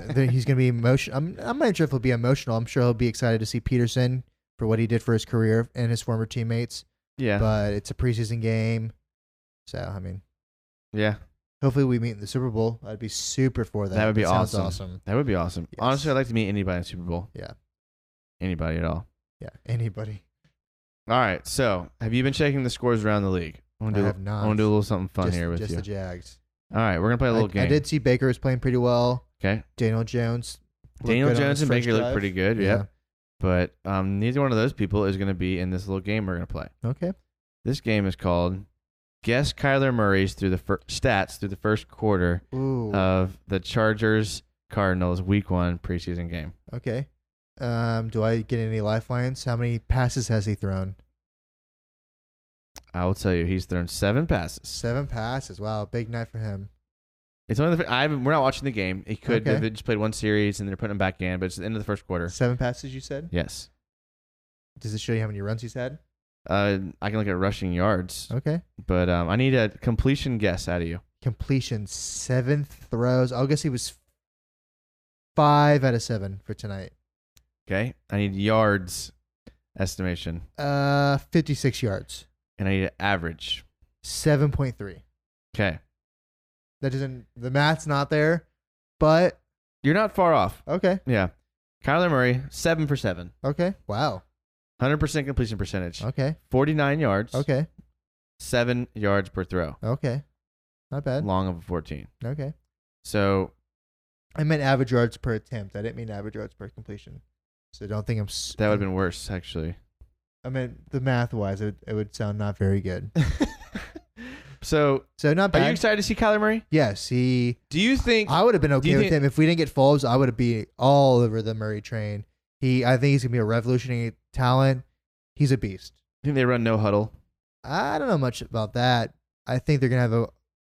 S6: there- he's gonna be emotional. I'm. I'm not sure if he'll be emotional. I'm sure he'll be excited to see Peterson for what he did for his career and his former teammates.
S5: Yeah,
S6: But it's a preseason game, so I mean,
S5: yeah,
S6: hopefully we meet in the Super Bowl. I'd be super for that.
S5: That would be
S6: sounds
S5: awesome.
S6: awesome.
S5: that would be awesome.
S6: Yes.
S5: Honestly, I'd like to meet anybody in the Super Bowl.
S6: Yeah.
S5: anybody at all.
S6: Yeah. Anybody?
S5: All right. So, have you been checking the scores around the league? I want
S6: I
S5: to do.
S6: have not.
S5: I want to do a little something fun
S6: just,
S5: here with
S6: just
S5: you.
S6: the Jags.
S5: all right, we're gonna play a
S6: I,
S5: little
S6: I
S5: game.
S6: did see Baker was playing pretty well.
S5: okay.
S6: Daniel Jones. looked
S5: Daniel
S6: good on
S5: Jones
S6: his
S5: and
S6: first
S5: Baker look
S6: drive.
S5: pretty good. Yeah. Yep. But um, neither one of those people is gonna be in this little game we're gonna play.
S6: Okay.
S5: This game is called Guess Kyler Murray's through the fir- stats through the first quarter
S6: Ooh.
S5: of the Chargers Cardinals Week One preseason game.
S6: okay. Um, do I get any lifelines? How many passes has he thrown?
S5: I will tell you, he's thrown seven passes.
S6: Seven passes. Wow, big night for him.
S5: It's only the fir- I haven't, we're not watching the game. He could
S6: Okay.
S5: have just played one series and they're putting him back in, but it's the end of the first quarter.
S6: Seven passes, you said.
S5: Yes,
S6: Does it show you how many runs he's had?
S5: uh, I can look at rushing yards,
S6: Okay.
S5: but um, I need a completion guess out of you.
S6: Completion, seven throws. I'll guess he was five out of seven for tonight.
S5: Okay, I need yards estimation
S6: Uh, fifty-six yards,
S5: and I need an average.
S6: seven point three.
S5: Okay,
S6: That doesn't. The math's not there, but
S5: you're not far off.
S6: okay,
S5: Yeah, Kyler Murray seven for seven.
S6: okay. Wow.
S5: 100% completion percentage.
S6: Okay.
S5: 49 yards.
S6: Okay.
S5: Seven yards per throw.
S6: Okay. Not bad.
S5: Long of a 14.
S6: Okay.
S5: So,
S6: I meant average yards per attempt. I didn't mean average yards per completion. So don't think I'm. s-
S5: that would have been worse, actually.
S6: I meant the math wise, it, it would sound not very good.
S5: so,
S6: So not
S5: are
S6: bad.
S5: you excited to see Kyler Murray?
S6: yes, he.
S5: Do you think.
S6: I would have been
S5: Do
S6: okay
S5: you
S6: with
S5: think-
S6: him if we didn't get Foles. I would have been all over the Murray train. He, I think he's gonna be a revolutionary talent. He's a beast.
S5: I think they run no huddle.
S6: I don't know much about that. I think they're gonna have a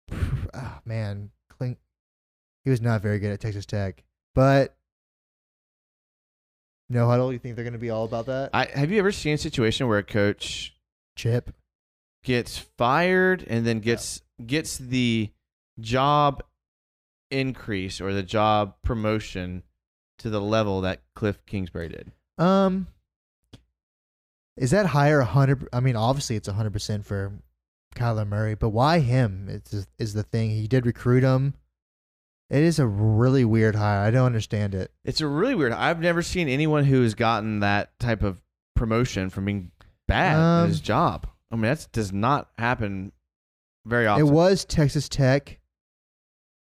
S6: [SIGHS] oh, man. Clink. He was not very good at Texas Tech, but no huddle. You think they're gonna be all about that?
S5: I Have you ever seen a situation where a coach
S6: Chip.
S5: gets fired and then gets gets the job increase or the job promotion to the level that Cliff Kingsbury did.
S6: Um, is that higher? hundred? I mean, obviously it's hundred percent for Kyler Murray, but why him? It's is the thing. He did recruit him. It is a really weird hire. I don't understand it.
S5: It's a really weird. I've never seen anyone who has gotten that type of promotion from being bad at
S6: Um,
S5: his job. I mean, that does not happen very often.
S6: It was Texas Tech.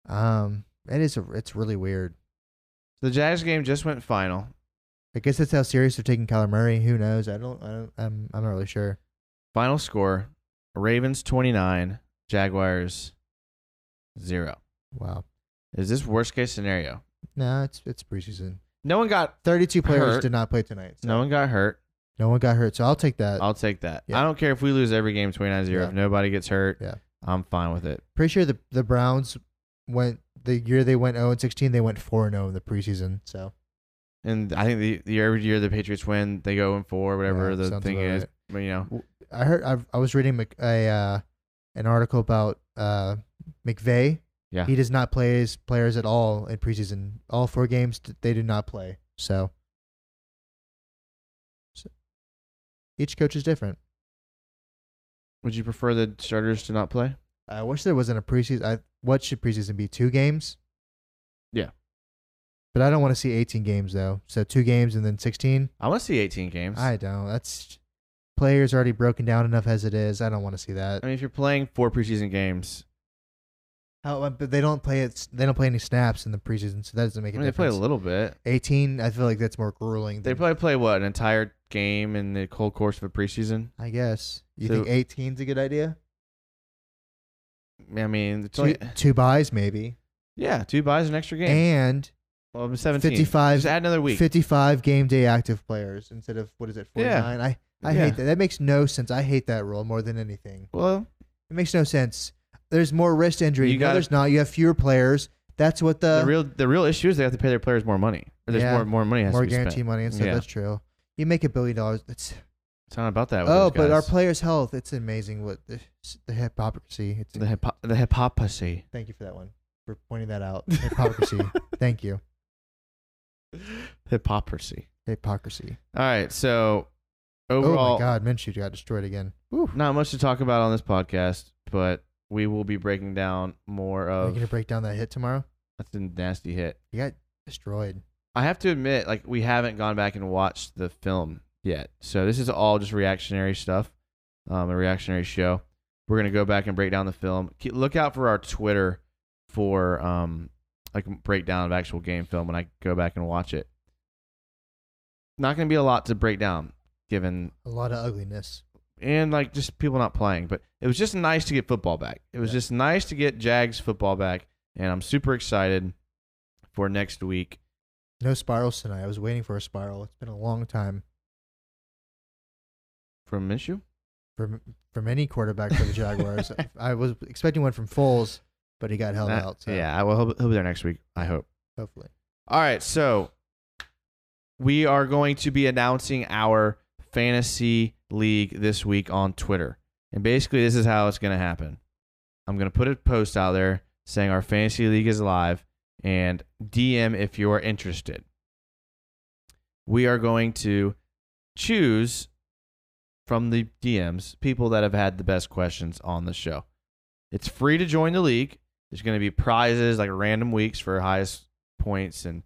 S6: Um, it is. A, it's really weird.
S5: the Jags game just went final.
S6: I guess that's how serious they're taking Kyler Murray. Who knows? I don't. I don't. I'm. I'm not really sure.
S5: Final score Ravens 29, Jaguars 0.
S6: Wow.
S5: Is this worst case scenario?
S6: No, it's it's preseason.
S5: No one got
S6: Thirty-two players
S5: Hurt.
S6: did not play tonight. so
S5: no one got hurt.
S6: No one got hurt, so I'll take that.
S5: I'll take that.
S6: Uh, Yeah.
S5: I don't care if we lose every game 29 0.
S6: Yeah.
S5: If nobody gets hurt,
S6: Yeah.
S5: I'm fine with it.
S6: Pretty sure the the Browns went the year they went 0 and 16, they went 4 and 0 in the preseason. So
S5: And I think the, the every year the Patriots win, they go in four, whatever
S6: Yeah,
S5: the
S6: sounds
S5: thing
S6: about
S5: is.
S6: right.
S5: But, you know,
S6: I heard I, I was reading Mc, a uh, an article about uh, McVay.
S5: Yeah.
S6: he does not play his players at all in preseason. All four games th- they did not play. So. so each coach is different.
S5: would you prefer the starters to not play?
S6: I wish there wasn't a preseason. I, what should preseason be? Two games.
S5: Yeah.
S6: But I don't want to see 18 games though. So two games and then 16.
S5: I want to see 18 games.
S6: I don't. That's players already broken down enough as it is. I don't want to see that.
S5: I mean, if you're playing four preseason games,
S6: How? uh, But they don't play it. They don't play any snaps in the preseason, so that doesn't
S5: I
S6: make a
S5: mean, they play
S6: difference.
S5: a little bit.
S6: 18. I feel like that's more grueling.
S5: They
S6: than-
S5: probably play what an entire game in the cold course of a preseason.
S6: I guess. You
S5: So-
S6: think 18's a good idea?
S5: I mean, it's
S6: Two,
S5: only,
S6: two buys maybe,
S5: yeah, two buys an extra game.
S6: and
S5: well, I'm 17.
S6: 55
S5: Just add another week.
S6: 55 game day active players instead of what is it
S5: Yeah.
S6: 49 i i
S5: Yeah.
S6: hate that that makes no sense i hate that rule more than anything
S5: well,
S6: it makes no sense there's more wrist injury
S5: You
S6: no
S5: gotta-
S6: there's not you have fewer players that's what the,
S5: the real the real issue is they have to pay their players more money. Or there's
S6: uh, Yeah.
S5: more more money has
S6: more
S5: to be
S6: guarantee
S5: spent.
S6: money and stuff
S5: Yeah.
S6: that's true you make a billion dollars that's
S5: It's not about that. With
S6: oh
S5: those
S6: but our
S5: guys.
S6: players health it's amazing what the, the hypocrisy it's
S5: the hypo- the hypocrisy.
S6: thank you for that one for pointing that out
S5: [LAUGHS]
S6: hypocrisy thank you
S5: Hypocrisy.
S6: hypocrisy
S5: All right, so
S6: oh
S5: overall,
S6: my god Minshew got destroyed again
S5: not much to talk about on this podcast, but we will be breaking down more
S6: are you
S5: of
S6: gonna break down that hit tomorrow
S5: that's a nasty hit.
S6: he got destroyed
S5: I have to admit, like we haven't gone back and watched the film yet, so this is all just reactionary stuff, um, a reactionary show. We're gonna go back and break down the film. Ke- Look out for our Twitter for um, like breakdown of actual game film when I go back and watch it. Not gonna be a lot to break down, given
S6: a lot of ugliness
S5: and like just people not playing. But it was just nice to get football back. It was
S6: Yeah.
S5: just nice to get Jags football back, and I'm super excited for next week.
S6: No spirals tonight. I was waiting for a spiral. It's been a long time
S5: From Minshew?
S6: for from any quarterback for the
S5: [LAUGHS]
S6: Jaguars. I was expecting one from Foles, but he got held
S5: That-
S6: out. So
S5: Uh, Yeah, I will. He'll, he'll be there next week. I hope.
S6: hopefully.
S5: All right, so we are going to be announcing our fantasy league this week on Twitter, and basically this is how it's going to happen. I'm going to put a post out there saying our fantasy league is live, and DM if you are interested. We are going to choose from the DMs people that have had the best questions on the show. It's free to join the league. There's going to be prizes like random weeks for highest points and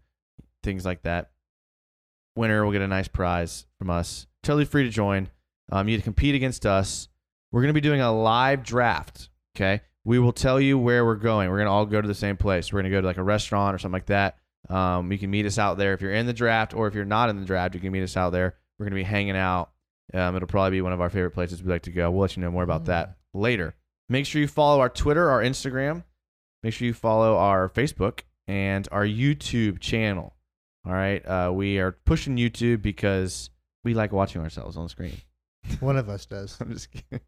S5: things like that. Winner will get a nice prize from us. Totally free to join. Um, you get to compete against us. We're going to be doing a live draft. Okay. We will tell you where we're going. We're going to all go to the same place. We're going to go to like a restaurant or something like that. Um, you can meet us out there if you're in the draft or if you're not in the draft, you can meet us out there. We're going to be hanging out. Um, it'll probably be one of our favorite places we like to go. We'll let you know more about that later. Make sure you follow our Twitter, our Instagram. Make sure you follow our Facebook and our YouTube channel. All right. Uh, we are pushing YouTube because we like watching ourselves on screen.
S6: One of us
S5: [LAUGHS]
S6: does.
S5: I'm just kidding.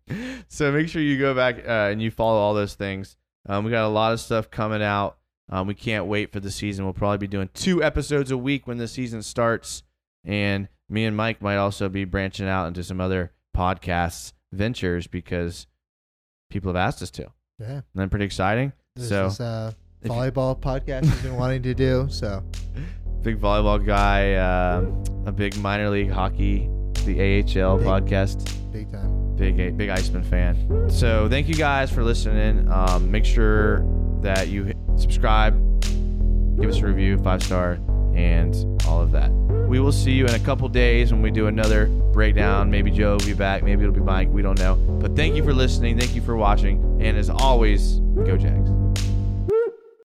S5: So make sure you go back uh, and you follow all those things. Um, we got a lot of stuff coming out. Um, we can't wait for the season. We'll probably be doing two episodes a week when the season starts. And me and Mike might also be branching out into some other podcasts ventures because people have asked us to. And
S6: Yeah.
S5: that's pretty exciting.
S6: This
S5: so
S6: is uh,
S5: if you-
S6: volleyball podcast we've been wanting to do. So
S5: big volleyball guy, um, a big minor league hockey, the AHL
S6: Big-
S5: podcast.
S6: big time.
S5: big big Iceman fan. So thank you guys for listening. Um, make sure that you hit subscribe, give us a review, five star, and all of that. We will see you in a couple days when we do another breakdown. Maybe Joe will be back. Maybe it'll be Mike. We don't know. But thank you for listening. Thank you for watching. And as always, go Jags.